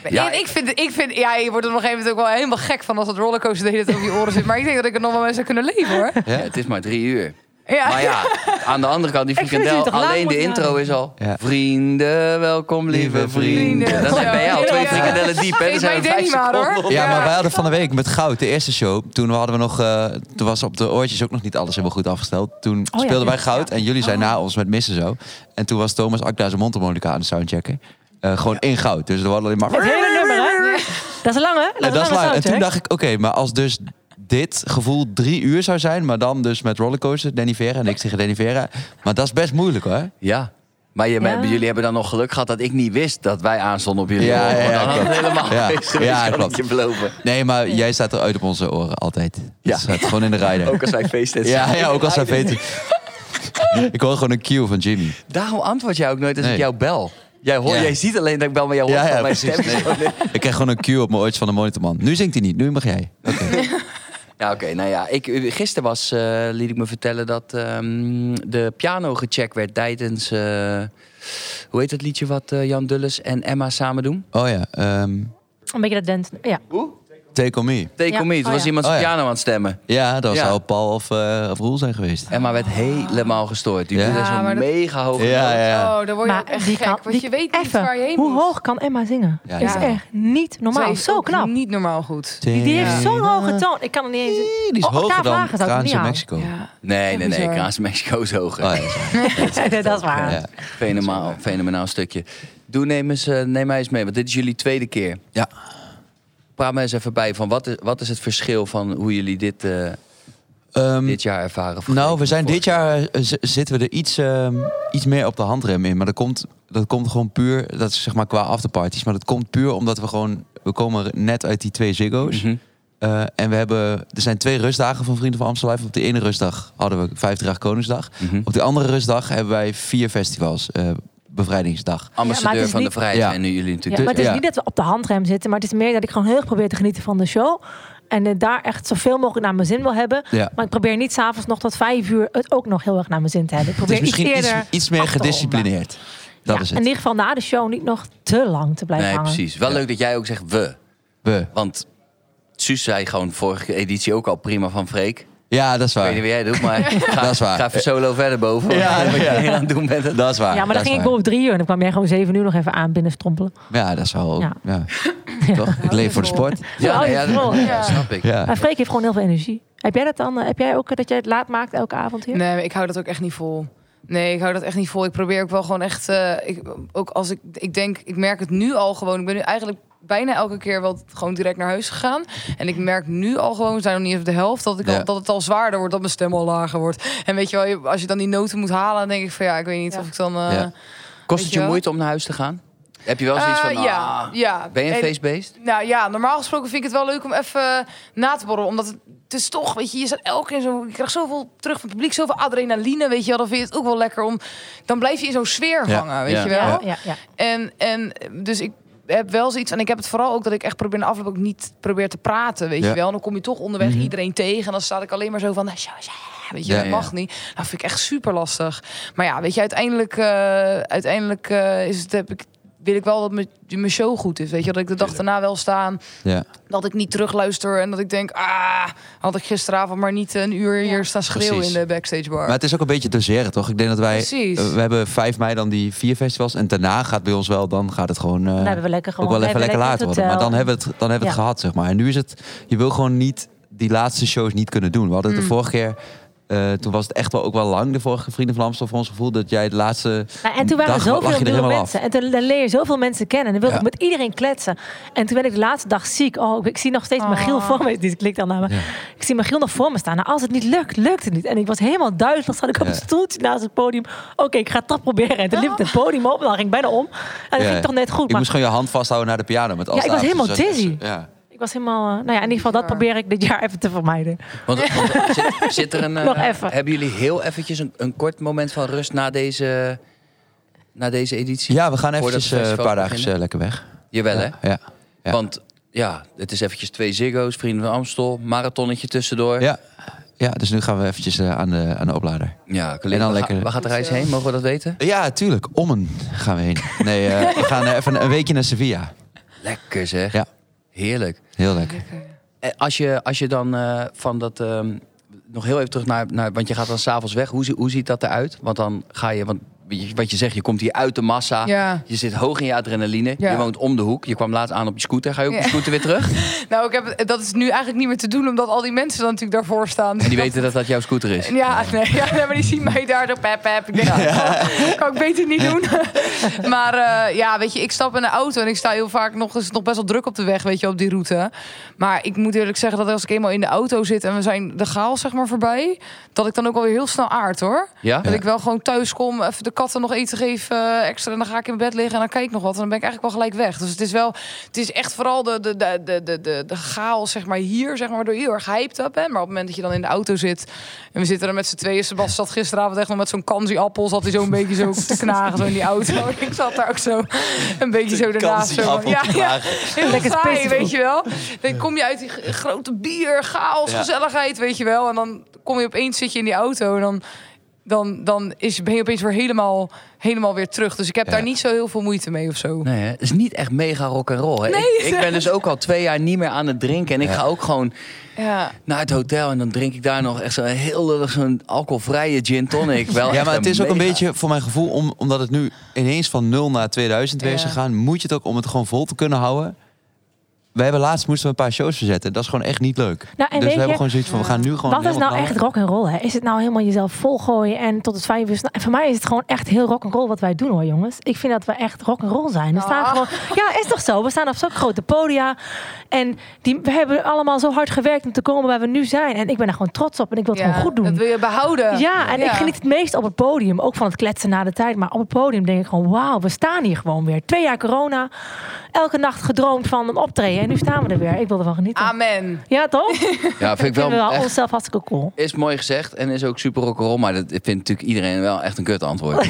[SPEAKER 2] Nee,
[SPEAKER 1] Ja,
[SPEAKER 2] en ik vind, ik vind, ja, je wordt er op een gegeven moment ook wel helemaal gek van als dat rollercoaster de hele tijd op je oren zit. Maar ik denk dat ik er nog wel mee zou kunnen leven hoor.
[SPEAKER 1] Ja, het is maar drie uur.
[SPEAKER 2] Ja.
[SPEAKER 1] Maar ja, aan de andere kant, die
[SPEAKER 3] Ik vind
[SPEAKER 1] frikandel,
[SPEAKER 3] dat jullie toch
[SPEAKER 1] alleen
[SPEAKER 3] laag
[SPEAKER 1] de
[SPEAKER 3] moeten
[SPEAKER 1] intro is al...
[SPEAKER 4] Ja.
[SPEAKER 1] Vrienden, welkom lieve
[SPEAKER 4] Lieve
[SPEAKER 1] vrienden.
[SPEAKER 4] vrienden.
[SPEAKER 1] Dat zijn wij al twee
[SPEAKER 2] Ja.
[SPEAKER 1] frikandellen diep, hè?
[SPEAKER 2] Ik
[SPEAKER 1] Dan zijn we
[SPEAKER 2] ben
[SPEAKER 1] vijf
[SPEAKER 2] Danny maar,
[SPEAKER 1] seconden
[SPEAKER 2] hoor.
[SPEAKER 1] op.
[SPEAKER 4] Ja,
[SPEAKER 2] Ja.
[SPEAKER 4] maar wij hadden van de week met Goud, de eerste show. Toen hadden we nog, eh, toen was op de oortjes ook nog niet alles helemaal goed afgesteld. Toen
[SPEAKER 3] Oh ja,
[SPEAKER 4] speelden wij
[SPEAKER 3] ja. Oh.
[SPEAKER 4] Goud en jullie zijn na ons met missen zo. En toen was Thomas Akda zijn mondharmonica aan het soundchecken. Eh, gewoon in Goud, dus er hadden alleen maar...
[SPEAKER 3] Het hele nummer, hè? Dat is lang, hè?
[SPEAKER 4] Nee, dat is
[SPEAKER 3] lange
[SPEAKER 4] lang. En toen
[SPEAKER 3] soundcheck.
[SPEAKER 4] dacht ik, oké, maar als dus dit gevoel drie uur zou zijn, maar dan dus met rollercoaster, Danny Vera en ik tegen Danny Vera. Maar dat is best moeilijk hoor.
[SPEAKER 1] Ja. Maar je, bent-
[SPEAKER 3] Ja.
[SPEAKER 1] jullie hebben dan nog geluk gehad dat ik niet wist dat wij aanstonden op jullie.
[SPEAKER 4] Ja,
[SPEAKER 1] oren,
[SPEAKER 4] ja,
[SPEAKER 1] want
[SPEAKER 4] ja,
[SPEAKER 1] dan had het
[SPEAKER 4] klopt.
[SPEAKER 1] helemaal
[SPEAKER 4] Ja.
[SPEAKER 1] feest geweest,
[SPEAKER 4] Ja,
[SPEAKER 1] kan
[SPEAKER 4] klopt.
[SPEAKER 1] ik je beloven.
[SPEAKER 4] Nee, maar jij staat eruit op onze oren altijd.
[SPEAKER 1] Ja.
[SPEAKER 4] Ja. Staat gewoon in de rijder.
[SPEAKER 1] Ook als wij feesten.
[SPEAKER 4] Ja, ja, ook als hij weet. Ik hoor gewoon een cue van Jimmy.
[SPEAKER 1] Daarom antwoord jij ook nooit als
[SPEAKER 4] Nee.
[SPEAKER 1] ik jou bel. Jij, hoort,
[SPEAKER 4] Ja.
[SPEAKER 1] jij ziet alleen dat ik bel, maar jij hoort
[SPEAKER 4] Ja, ja,
[SPEAKER 1] van mijn
[SPEAKER 4] precies.
[SPEAKER 1] stem.
[SPEAKER 4] Nee. Ik krijg gewoon een cue op mijn oortje van de monitorman. Nu zingt hij niet, nu mag jij.
[SPEAKER 1] Ja, oké. nou ja, ik, gisteren was, eh, liet ik me vertellen dat ehm, de piano gecheckt werd tijdens... eh, hoe heet dat liedje wat eh, Jan Dulles en Emma samen doen?
[SPEAKER 4] Oh ja, ehm,
[SPEAKER 3] Een beetje dat dent. Ja.
[SPEAKER 4] Take On Me.
[SPEAKER 1] Take
[SPEAKER 3] Ja.
[SPEAKER 1] On Me. Toen
[SPEAKER 3] Oh,
[SPEAKER 1] was
[SPEAKER 3] ja.
[SPEAKER 1] iemand zijn
[SPEAKER 4] Oh, ja.
[SPEAKER 1] piano aan het stemmen.
[SPEAKER 4] Ja, dat
[SPEAKER 1] Ja.
[SPEAKER 4] zou Paul of, eh, of Roel zijn geweest.
[SPEAKER 1] Emma werd helemaal gestoord. Die
[SPEAKER 4] Ja.
[SPEAKER 1] ja. is
[SPEAKER 2] Ah. Ja,
[SPEAKER 1] een
[SPEAKER 2] maar dat-
[SPEAKER 1] mega hoog.
[SPEAKER 4] Ja, ja, ja.
[SPEAKER 2] Oh, daar word je ook echt gek. want je weet niet
[SPEAKER 3] even,
[SPEAKER 2] waar je heen
[SPEAKER 3] Hoe
[SPEAKER 2] moet.
[SPEAKER 3] hoog kan Emma zingen?
[SPEAKER 4] Ja,
[SPEAKER 3] Dat is
[SPEAKER 2] ja.
[SPEAKER 3] echt niet normaal.
[SPEAKER 2] Zij is
[SPEAKER 3] Zo
[SPEAKER 2] ook
[SPEAKER 3] knap.
[SPEAKER 2] Niet normaal goed.
[SPEAKER 3] Die, die heeft zo'n hoge toon. Ik kan er niet eens...
[SPEAKER 4] Die is
[SPEAKER 3] Oh,
[SPEAKER 4] hoger
[SPEAKER 3] daar
[SPEAKER 4] dan
[SPEAKER 3] lager zou ik het
[SPEAKER 4] Kraans
[SPEAKER 3] niet
[SPEAKER 4] in
[SPEAKER 3] halen.
[SPEAKER 4] Mexico.
[SPEAKER 2] Ja.
[SPEAKER 1] Nee,
[SPEAKER 2] Ja,
[SPEAKER 1] nee, nee.
[SPEAKER 2] bizar.
[SPEAKER 1] Kraans Mexico is hoger.
[SPEAKER 4] Oh, ja.
[SPEAKER 3] dat is waar.
[SPEAKER 4] Ja.
[SPEAKER 1] Fenomenaal, fenomenaal stukje. Doe, neem, eens, eh, neem mij eens mee, want dit is jullie tweede keer.
[SPEAKER 4] Ja.
[SPEAKER 1] Praat mij eens even bij van wat is, wat is het verschil van hoe jullie dit, eh,
[SPEAKER 4] Ehm,
[SPEAKER 1] dit jaar ervaren?
[SPEAKER 4] Mm. Nou, we zijn dit
[SPEAKER 1] jaar.
[SPEAKER 4] jaar eh, z- zitten we er iets, ehm, iets meer op de handrem in. Maar dat komt, dat komt gewoon puur, dat is zeg maar qua afterparties. Maar dat komt puur omdat we gewoon, we komen net uit die twee Ziggo's.
[SPEAKER 1] Mhm.
[SPEAKER 4] Eh, en we hebben, er zijn twee rustdagen van Vrienden van Amstel Live. Op de ene rustdag hadden we 50 Koningsdag.
[SPEAKER 1] Mhm.
[SPEAKER 4] Op de andere rustdag hebben wij vier festivals. eh, bevrijdingsdag.
[SPEAKER 1] Ambassadeur
[SPEAKER 3] Ja, maar het is
[SPEAKER 1] van de
[SPEAKER 3] niet-
[SPEAKER 1] vrijheid
[SPEAKER 4] Ja.
[SPEAKER 1] zijn nu jullie
[SPEAKER 3] Ja,
[SPEAKER 1] natuurlijk.
[SPEAKER 4] Dus-
[SPEAKER 3] maar het is
[SPEAKER 4] ja.
[SPEAKER 3] niet dat we op de handrem zitten, maar het is meer dat ik gewoon heel erg probeer te genieten van de show. En eh, daar echt zoveel mogelijk naar mijn zin wil hebben.
[SPEAKER 4] Ja.
[SPEAKER 3] Maar ik probeer niet s'avonds nog tot vijf uur het ook nog heel erg naar mijn zin te hebben. Ik
[SPEAKER 4] Het is
[SPEAKER 3] probeer iets
[SPEAKER 4] misschien iets,
[SPEAKER 3] eerder.
[SPEAKER 4] iets meer
[SPEAKER 3] af te ronden.
[SPEAKER 4] gedisciplineerd. Dat
[SPEAKER 3] ja,
[SPEAKER 4] is
[SPEAKER 3] In
[SPEAKER 4] het.
[SPEAKER 3] ieder geval na de show niet nog te lang te blijven
[SPEAKER 1] nee,
[SPEAKER 3] hangen.
[SPEAKER 1] precies. Wel leuk dat jij ook zegt we.
[SPEAKER 4] We.
[SPEAKER 1] Want Suus zei gewoon vorige editie ook al prima van Freek.
[SPEAKER 4] Ja, dat is
[SPEAKER 1] Ik
[SPEAKER 4] waar.
[SPEAKER 1] weet niet wat jij doet, maar ga,
[SPEAKER 4] Dat is waar.
[SPEAKER 1] ga even solo verder boven.
[SPEAKER 4] Ja,
[SPEAKER 1] wat
[SPEAKER 4] ja.
[SPEAKER 1] je hier aan het doen bent.
[SPEAKER 4] Dat is waar.
[SPEAKER 3] Ja, maar
[SPEAKER 4] dat
[SPEAKER 3] dan
[SPEAKER 4] is
[SPEAKER 3] ging ik
[SPEAKER 4] waar.
[SPEAKER 3] wel op drie uur en dan kwam jij gewoon zeven uur nog even aan binnen strompelen.
[SPEAKER 4] Ja, dat is wel.
[SPEAKER 3] Ja.
[SPEAKER 4] Ja. Toch? Ik leef voor de sport.
[SPEAKER 1] Ja,
[SPEAKER 3] Oh,
[SPEAKER 1] nee,
[SPEAKER 3] je
[SPEAKER 1] ja, dat-
[SPEAKER 3] vol.
[SPEAKER 1] ja, snap ik.
[SPEAKER 4] Ja.
[SPEAKER 3] Maar Freek heeft gewoon heel veel energie. Heb jij dat dan? eh, Heb jij ook eh, dat jij het laat maakt elke avond hier?
[SPEAKER 2] Nee, maar ik hou dat ook echt niet vol. Nee, ik hou dat echt niet vol. Ik probeer ook wel gewoon echt. eh, ik, ook als ik, ik denk, ik merk het nu al gewoon. Ik ben nu eigenlijk bijna elke keer wel gewoon direct naar huis gegaan. En ik merk nu al gewoon, we zijn nog niet eens op de helft, dat, ik
[SPEAKER 4] Ja.
[SPEAKER 2] al, dat het al zwaarder wordt, dat mijn stem al lager wordt. En weet je wel, je- als je dan die noten moet halen, dan denk ik van ja, ik weet niet
[SPEAKER 3] Ja.
[SPEAKER 2] of ik dan. eh,
[SPEAKER 4] Ja.
[SPEAKER 1] Kost
[SPEAKER 2] Weet
[SPEAKER 1] het
[SPEAKER 2] je
[SPEAKER 1] je
[SPEAKER 2] wel?
[SPEAKER 1] moeite om naar huis te gaan? Heb je wel zoiets van,
[SPEAKER 2] eh,
[SPEAKER 1] ah,
[SPEAKER 2] ja, ja.
[SPEAKER 1] ben je een
[SPEAKER 2] En-
[SPEAKER 1] feestbeest?
[SPEAKER 2] Nou ja, normaal gesproken vind ik het wel leuk om even na te borrelen. Omdat het, het is toch, weet je, je zit elke keer in zo... Je krijgt zoveel terug van het publiek, zoveel adrenaline, weet je wel. Dan vind je het ook wel lekker om... Dan blijf je in zo'n sfeer
[SPEAKER 4] Ja,
[SPEAKER 2] hangen, weet
[SPEAKER 1] ja,
[SPEAKER 2] je wel.
[SPEAKER 3] Ja, ja, ja.
[SPEAKER 2] En, en dus ik heb wel zoiets... En ik heb het vooral ook dat ik echt probeer na afloop ook niet probeer te praten, weet
[SPEAKER 4] Ja.
[SPEAKER 2] je wel. Dan kom je toch onderweg
[SPEAKER 4] Mhm.
[SPEAKER 2] iedereen tegen. En dan sta ik alleen maar zo van... nou, ja, ja, Weet je,
[SPEAKER 1] Ja,
[SPEAKER 2] dat
[SPEAKER 1] ja.
[SPEAKER 2] mag niet. Dat vind ik echt super lastig. Maar ja, weet je, uiteindelijk, eh, uiteindelijk eh, is het, heb ik, wil ik wel dat mijn- mijn show goed is. Weet je, dat ik de dag daarna wel sta.
[SPEAKER 4] Ja.
[SPEAKER 2] Dat ik niet terugluister en dat ik denk, ah, had ik gisteravond maar niet een uur
[SPEAKER 3] Ja.
[SPEAKER 2] hier staan schreeuwen
[SPEAKER 4] Precies.
[SPEAKER 2] in de backstage bar.
[SPEAKER 4] Maar het is ook een beetje doseren, toch? Ik denk dat wij...
[SPEAKER 2] Precies.
[SPEAKER 4] eh, We hebben 5 mei dan die vier festivals. En daarna gaat bij ons wel... Dan gaat het gewoon... eh,
[SPEAKER 3] Dan hebben we lekker
[SPEAKER 4] ook
[SPEAKER 3] gewoon
[SPEAKER 4] wel even
[SPEAKER 3] we
[SPEAKER 4] lekker laat
[SPEAKER 3] het
[SPEAKER 4] worden. Maar
[SPEAKER 3] hotel.
[SPEAKER 4] dan hebben we het, dan hebben we het
[SPEAKER 3] Ja.
[SPEAKER 4] gehad, zeg maar. En nu is het... Je wil gewoon niet die laatste shows niet kunnen doen. We hadden het de
[SPEAKER 2] Mm.
[SPEAKER 4] vorige keer... eh, toen was het echt wel ook wel lang, de vorige Vrienden van Amstel, voor ons gevoel... dat jij de laatste
[SPEAKER 3] Nou, en toen waren er
[SPEAKER 4] dag lag
[SPEAKER 3] zoveel
[SPEAKER 4] je er
[SPEAKER 3] nieuwe
[SPEAKER 4] helemaal
[SPEAKER 3] mensen. En toen dan leer je zoveel mensen kennen. En dan wilde
[SPEAKER 4] Ja.
[SPEAKER 3] ik met iedereen kletsen. En toen ben ik de laatste dag ziek. Oh, ik, ik zie nog steeds
[SPEAKER 2] Oh.
[SPEAKER 3] Magiel voor me. Die klikt al naar me.
[SPEAKER 4] Ja.
[SPEAKER 3] Ik zie Magiel nog voor me staan. Nou, als het niet lukt, lukt het niet. En ik was helemaal duizelig. Zat ik op
[SPEAKER 4] Ja.
[SPEAKER 3] een stoeltje naast het podium. Oké, ik ga het toch proberen. En toen liep het podium op. Dan ging ik bijna om. En dat
[SPEAKER 4] Ja.
[SPEAKER 3] ging toch net goed.
[SPEAKER 4] Ik
[SPEAKER 3] Maar
[SPEAKER 4] moest gewoon je hand vasthouden naar de piano. Met als
[SPEAKER 3] Ja, ik was
[SPEAKER 4] de avond
[SPEAKER 3] helemaal
[SPEAKER 4] is-
[SPEAKER 3] dizzy.
[SPEAKER 4] Ja.
[SPEAKER 3] ik was helemaal... eh, nou ja, in ieder geval dat
[SPEAKER 2] Bizar.
[SPEAKER 3] probeer ik dit jaar even te vermijden.
[SPEAKER 1] Want, want zit, zit er een. eh,
[SPEAKER 3] Nog even.
[SPEAKER 1] Hebben jullie heel eventjes een, een kort moment van rust na deze, na deze editie?
[SPEAKER 4] ja, we gaan
[SPEAKER 1] Voordat
[SPEAKER 4] eventjes
[SPEAKER 1] de
[SPEAKER 4] eh, een
[SPEAKER 1] festivals
[SPEAKER 4] paar dagen
[SPEAKER 1] beginnen.
[SPEAKER 4] eh, lekker weg.
[SPEAKER 1] Jawel, hè?
[SPEAKER 4] Ja, ja. ja.
[SPEAKER 1] Want ja, het is eventjes twee Ziggo's, Vrienden van Amstel, marathonnetje tussendoor.
[SPEAKER 4] Ja. ja, dus nu gaan we eventjes eh, aan, de, aan de oplader.
[SPEAKER 1] ja Colin,
[SPEAKER 4] En dan
[SPEAKER 1] waar ga-
[SPEAKER 4] lekker-
[SPEAKER 1] Waar gaat de reis heen? Mogen we dat weten?
[SPEAKER 4] Ja, tuurlijk. Ommen gaan we heen. Nee, eh, we gaan eh, even een weekje naar Sevilla.
[SPEAKER 1] Lekker zeg.
[SPEAKER 4] Ja.
[SPEAKER 1] Heerlijk.
[SPEAKER 4] Heel lekker.
[SPEAKER 1] Eh, Als je, als je dan eh, van dat. ehm, nog heel even terug naar, naar. Want je gaat dan s'avonds weg. Hoe, zie- hoe ziet dat eruit? Want dan ga je. Want je- wat je zegt, je komt hier uit de massa.
[SPEAKER 2] Ja.
[SPEAKER 1] Je zit hoog in je adrenaline.
[SPEAKER 2] Ja.
[SPEAKER 1] Je woont om de hoek. Je kwam laatst aan op je scooter. Ga je ook op
[SPEAKER 2] Ja.
[SPEAKER 1] je scooter weer terug?
[SPEAKER 2] Nou, ik heb, dat is nu eigenlijk niet meer te doen, omdat al die mensen dan natuurlijk daarvoor staan.
[SPEAKER 1] En die weten dat dat jouw scooter is.
[SPEAKER 2] Ja, nee, ja, nee, maar die zien mij daar zo pep, pep. Ik denk, dat kan ik beter niet doen. maar eh, ja, weet je, ik stap in de auto en ik sta heel vaak nog, is het nog best wel druk op de weg, weet je, op die route. Maar ik moet eerlijk zeggen dat als ik eenmaal in de auto zit en we zijn de chaos zeg maar voorbij, dat ik dan ook alweer heel snel aard hoor.
[SPEAKER 1] Ja?
[SPEAKER 2] Dat ik wel gewoon thuis kom, even de katten nog eten geven eh, extra. En dan ga ik in mijn bed liggen en dan kijk ik nog wat. En dan ben ik eigenlijk wel gelijk weg. Dus het is wel, het is echt vooral de, de, de, de, de, de, de chaos, zeg maar, hier, zeg maar, door heel erg hyped up. Hè? Maar op het moment dat je dan in de auto zit en we zitten er met z'n tweeën. Sebastian zat gisteravond echt nog met zo'n kansi-appel. Zat hij zo'n beetje zo te knagen zo in die auto. En ik zat daar ook zo een beetje zo daarnaast. Zo, van- ja, ja, heel
[SPEAKER 3] Lekker
[SPEAKER 2] saai,
[SPEAKER 3] specifiek.
[SPEAKER 2] weet je wel. Dan kom je uit die g- grote bier, chaos,
[SPEAKER 4] Ja.
[SPEAKER 2] gezelligheid, weet je wel. En dan kom je opeens, zit je in die auto en dan dan, dan is, ben je opeens weer helemaal, helemaal weer terug. Dus ik heb daar niet zo heel veel moeite mee of zo.
[SPEAKER 1] Nee, hè? het is niet echt mega rock and roll. Ik, ik ben dus ook al twee jaar niet meer aan het drinken. En ik ga ook gewoon
[SPEAKER 2] Ja.
[SPEAKER 1] naar het hotel en dan drink ik daar nog echt zo'n heel lullig zo'n alcoholvrije gin tonic. Wel
[SPEAKER 4] Ja,
[SPEAKER 1] echt
[SPEAKER 4] maar het is ook een
[SPEAKER 1] mega-
[SPEAKER 4] beetje, voor mijn gevoel, om, omdat het nu ineens van 0 naar 2000 weer is
[SPEAKER 2] Ja.
[SPEAKER 4] gegaan, moet je het ook om het gewoon vol te kunnen houden. We hebben laatst moesten we een paar shows verzetten. Dat is gewoon echt niet leuk.
[SPEAKER 3] Nou, en
[SPEAKER 4] dus we
[SPEAKER 3] weet je,
[SPEAKER 4] hebben gewoon zoiets van, we gaan nu gewoon
[SPEAKER 3] Wat is
[SPEAKER 4] helemaal
[SPEAKER 3] nou echt
[SPEAKER 4] knallen.
[SPEAKER 3] rock and roll? Hè? Is het nou helemaal jezelf volgooien en tot het vijf uur? sna- Voor mij is het gewoon echt heel rock and roll wat wij doen, hoor, jongens. Ik vind dat we echt rock and roll zijn. We staan
[SPEAKER 2] Ah.
[SPEAKER 3] gewoon, ja, is toch zo? We staan op zo'n grote podia en die, we hebben allemaal zo hard gewerkt om te komen waar we nu zijn. En ik ben daar gewoon trots op en ik wil het
[SPEAKER 2] Ja,
[SPEAKER 3] gewoon goed doen.
[SPEAKER 2] Dat wil je behouden.
[SPEAKER 3] Ja, en ik geniet het meest op het podium. Ook van het kletsen na de tijd. Maar op het podium denk ik gewoon, wauw, we staan hier gewoon weer. Twee jaar corona. Elke nacht gedroomd van een optreden. En nu staan we er weer. Ik wil ervan genieten.
[SPEAKER 2] Amen.
[SPEAKER 3] Ja, toch? Vinden
[SPEAKER 1] Ja, vind ik
[SPEAKER 3] we
[SPEAKER 1] wel
[SPEAKER 3] wel
[SPEAKER 1] echt-
[SPEAKER 3] onszelf hartstikke cool.
[SPEAKER 1] Is mooi gezegd en is ook super rock and roll. Maar dat vindt natuurlijk iedereen wel echt een kut antwoord.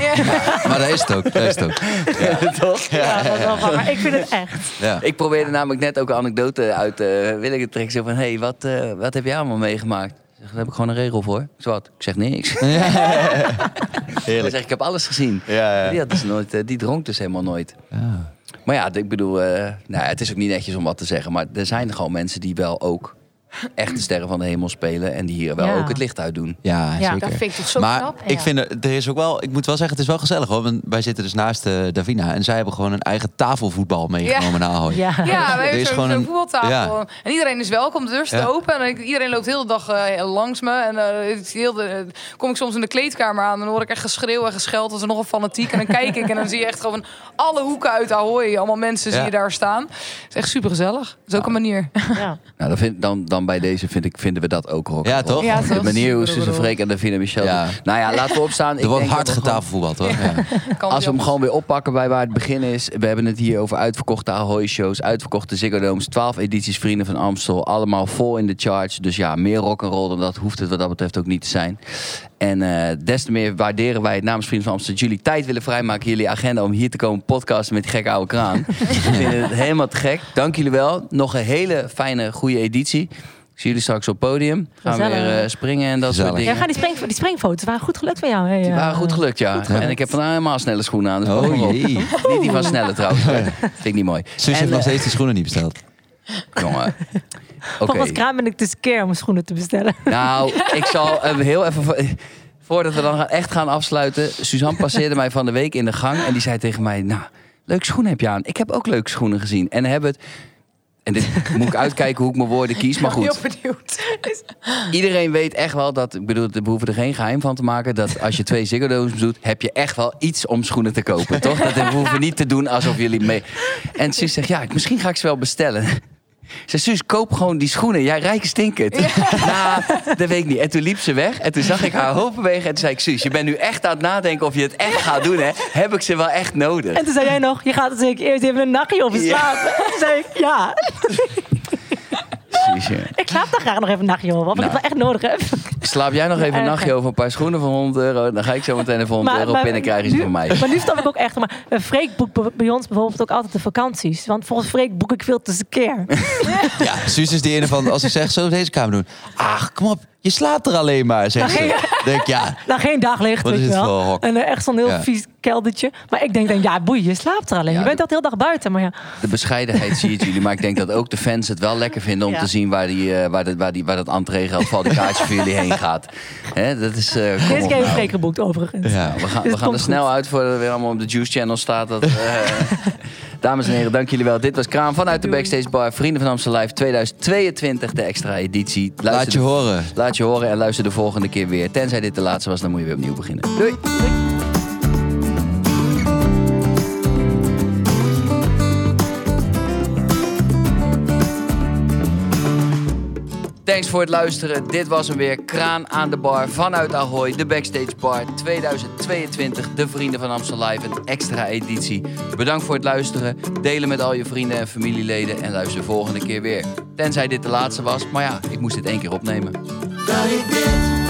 [SPEAKER 4] Maar dat is het ook. Dat is het ook.
[SPEAKER 3] Ja, dat is wel waar. Maar ik vind het echt.
[SPEAKER 4] Ja.
[SPEAKER 1] Ik probeerde namelijk net ook een anekdote uit eh Willeke te trekken. Ik zei van, hé, hey, wat, eh, wat heb jij allemaal meegemaakt? Ik zeg, daar heb ik gewoon een regel voor. Ik zeg, wat? Ik zeg niks. Hij zegt, ik heb alles gezien.
[SPEAKER 4] Ja, ja.
[SPEAKER 1] Die, had dus nooit, eh, die dronk dus helemaal nooit.
[SPEAKER 4] Ja.
[SPEAKER 1] Maar ja, ik bedoel, eh, nou, ja, het is ook niet netjes om wat te zeggen. Maar er zijn gewoon mensen die wel ook echt de sterren van de hemel spelen. En die hier wel
[SPEAKER 3] Ja.
[SPEAKER 1] ook het licht uit doen.
[SPEAKER 4] Ja,
[SPEAKER 3] Ja,
[SPEAKER 4] zeker.
[SPEAKER 2] dat vind ik toch zo
[SPEAKER 4] maar
[SPEAKER 2] knap.
[SPEAKER 4] ik
[SPEAKER 3] Ja.
[SPEAKER 4] vind er, er is ook wel, ik moet wel zeggen, het is wel gezellig hoor. Want wij zitten dus naast eh, Davina en zij hebben gewoon een eigen tafelvoetbal meegenomen naar Ahoy.
[SPEAKER 3] Ja.
[SPEAKER 2] Ja, we
[SPEAKER 4] Er
[SPEAKER 2] hebben
[SPEAKER 4] is
[SPEAKER 2] zo'n
[SPEAKER 4] gewoon
[SPEAKER 2] zo'n
[SPEAKER 4] een-
[SPEAKER 2] voetbaltafel.
[SPEAKER 4] ja.
[SPEAKER 2] En iedereen is welkom, de deur staat
[SPEAKER 4] Ja.
[SPEAKER 2] open. En ik- iedereen loopt heel de dag eh, langs me. En eh, het is heel de, eh, kom ik soms in de kleedkamer aan. Dan hoor ik echt geschreeuw en gescheld. Dat is nogal fanatiek. En dan kijk ik en dan zie je echt gewoon alle hoeken uit Ahoy. Allemaal mensen zie
[SPEAKER 4] Ja.
[SPEAKER 2] je daar staan. Het is echt super gezellig. Dat is ook een manier.
[SPEAKER 3] Ja.
[SPEAKER 1] Nou, dan, vind, dan, dan bij deze vind ik, vinden we dat ook rock.
[SPEAKER 4] Ja, toch?
[SPEAKER 2] Ja,
[SPEAKER 1] De
[SPEAKER 2] toch?
[SPEAKER 1] manier hoe Suze
[SPEAKER 2] Super rock.
[SPEAKER 1] Freek en Davina Michel.
[SPEAKER 4] Ja.
[SPEAKER 1] doen. Nou ja, laten we opstaan. Ik
[SPEAKER 4] Er wordt
[SPEAKER 1] denk
[SPEAKER 4] hard
[SPEAKER 1] dat we gewoon-
[SPEAKER 4] getafelvoetbald hoor. Ja.
[SPEAKER 1] Als
[SPEAKER 2] Kan
[SPEAKER 1] we hem
[SPEAKER 2] zelfs.
[SPEAKER 1] gewoon weer oppakken bij waar het begin is. We hebben het hier over uitverkochte Ahoy-shows, uitverkochte Ziggo Domes, 12 edities Vrienden van Amstel. Allemaal vol in de charts. Dus ja, meer rock'n'roll dan dat hoeft het wat dat betreft ook niet te zijn. En eh, des te meer waarderen wij het namens Vrienden van Amstel dat jullie tijd willen vrijmaken, jullie agenda om hier te komen podcasten met die gekke oude kraan. We vinden het helemaal te gek. Dank jullie wel. Nog een hele fijne, goede editie. Ik zie jullie straks op het podium. Gaan we weer
[SPEAKER 3] Gezellig.
[SPEAKER 1] eh, springen en dat soort
[SPEAKER 4] Gezellig.
[SPEAKER 1] dingen.
[SPEAKER 3] Ja, ga die, spring, die springfoto's waren goed gelukt van jou. Hè?
[SPEAKER 1] Die
[SPEAKER 3] Ja.
[SPEAKER 1] waren goed gelukt, ja.
[SPEAKER 4] gelukt.
[SPEAKER 1] En ik heb vandaag helemaal snelle schoenen aan. Dus kom maar
[SPEAKER 4] Oh
[SPEAKER 1] op.
[SPEAKER 4] jee. Oh,
[SPEAKER 1] Niet die van Snelle trouwens. hoor. Vind ik niet mooi.
[SPEAKER 4] Suus
[SPEAKER 1] En,
[SPEAKER 4] heeft nog
[SPEAKER 1] eh,
[SPEAKER 4] steeds de schoenen niet besteld.
[SPEAKER 1] Jongen. Oké.
[SPEAKER 3] Volgens Kraan ben ik dus keer om schoenen te bestellen.
[SPEAKER 1] Nou, ik zal eh, heel even... vo- Voordat we dan gaan- echt gaan afsluiten. Suzanne passeerde mij van de week in de gang. En die zei tegen mij... Nou, leuke schoenen heb je aan. Ik heb ook leuke schoenen gezien. En hebben het... En dit moet ik uitkijken hoe ik mijn woorden kies. Maar goed.
[SPEAKER 2] Heel benieuwd.
[SPEAKER 1] Iedereen weet echt wel dat... Ik bedoel, we hoeven er geen geheim van te maken... dat als je twee Ziggo Domes doet... heb je echt wel iets om schoenen te kopen, toch? Dat we hoeven niet te doen alsof jullie mee... En Suus zegt, ja, ik- misschien ga ik ze wel bestellen. Ze zei, Suus, koop gewoon die schoenen. Jij rijke stinkert. Nou, dat weet ik niet. En toen liep ze weg. En toen zag ik haar hoofd bewegen. En toen zei ik, Suus, je bent nu echt aan het nadenken... of je het echt gaat doen, hè? Heb ik ze wel echt nodig?
[SPEAKER 3] En toen zei jij nog, je gaat zeker eerst even een nachtje over
[SPEAKER 1] Ja.
[SPEAKER 3] slapen. Toen zei ik, ja,
[SPEAKER 1] Suus, ja.
[SPEAKER 3] ik slaap daar graag nog even een nachtje over. Of ik
[SPEAKER 1] Nou.
[SPEAKER 3] het wel echt nodig heb.
[SPEAKER 1] slaap jij nog even een
[SPEAKER 3] Erg,
[SPEAKER 1] nachtje
[SPEAKER 3] hè?
[SPEAKER 1] over een paar schoenen van 100 euro? Dan ga ik zo meteen even 100 euro binnenkrijgen
[SPEAKER 3] nu-
[SPEAKER 1] van mij.
[SPEAKER 3] Maar nu snap ik ook echt. Maar eh, Freek boekt bij- bij ons bijvoorbeeld ook altijd de vakanties. Want volgens Freek boek ik veel te keer.
[SPEAKER 4] Ja, Suus is die ene van, als ik zeg, zo deze kamer doen. Ach, kom op. je slaapt er alleen maar, zeg
[SPEAKER 3] Nou,
[SPEAKER 4] ze. denk ja,
[SPEAKER 3] Nou, geen daglicht,
[SPEAKER 4] Wat
[SPEAKER 3] weet
[SPEAKER 4] is
[SPEAKER 3] je
[SPEAKER 4] het
[SPEAKER 3] wel.
[SPEAKER 4] voor een hok?
[SPEAKER 3] En eh, echt zo'n heel
[SPEAKER 4] Ja.
[SPEAKER 3] vies keldertje. Maar ik denk dan, ja, boei, je slaapt er alleen.
[SPEAKER 1] Ja,
[SPEAKER 3] je bent
[SPEAKER 1] de-
[SPEAKER 3] dat heel dag buiten, maar ja.
[SPEAKER 1] De bescheidenheid zie het jullie, maar ik denk dat ook de fans het wel lekker vinden om
[SPEAKER 3] Ja.
[SPEAKER 1] te zien waar, die, eh, waar, de, waar, die, waar dat entreegeld van die kaartje voor jullie heen gaat. Hè, dat is. eh, kom
[SPEAKER 3] Deze
[SPEAKER 1] op
[SPEAKER 3] keer heeft
[SPEAKER 1] nou.
[SPEAKER 3] Freek geboekt, overigens.
[SPEAKER 4] ja.
[SPEAKER 1] We gaan,
[SPEAKER 3] Dus
[SPEAKER 1] we
[SPEAKER 3] het
[SPEAKER 1] gaan er
[SPEAKER 3] komt
[SPEAKER 1] snel
[SPEAKER 3] goed.
[SPEAKER 1] uit voordat het weer allemaal op de Juice Channel staat. Dat, eh, dames en heren, dank jullie wel. Dit was Kraam vanuit de Backstage Bar. Vrienden van Amstel Live 2022, de extra editie. Luister
[SPEAKER 4] Laat je
[SPEAKER 1] de-
[SPEAKER 4] horen.
[SPEAKER 1] Laat je horen en luister de volgende keer weer. Tenzij dit de laatste was, dan moet je weer opnieuw beginnen. Doei! Thanks voor het luisteren. Dit was hem weer. Kraan aan de bar vanuit Ahoy. De Backstage Bar 2022. De Vrienden van Amstel Live. Een extra editie. Bedankt voor het luisteren. Delen met al je vrienden en familieleden. En luister de volgende keer weer. Tenzij dit de laatste was. Maar ja, ik moest dit één keer opnemen.
[SPEAKER 5] dat ik dit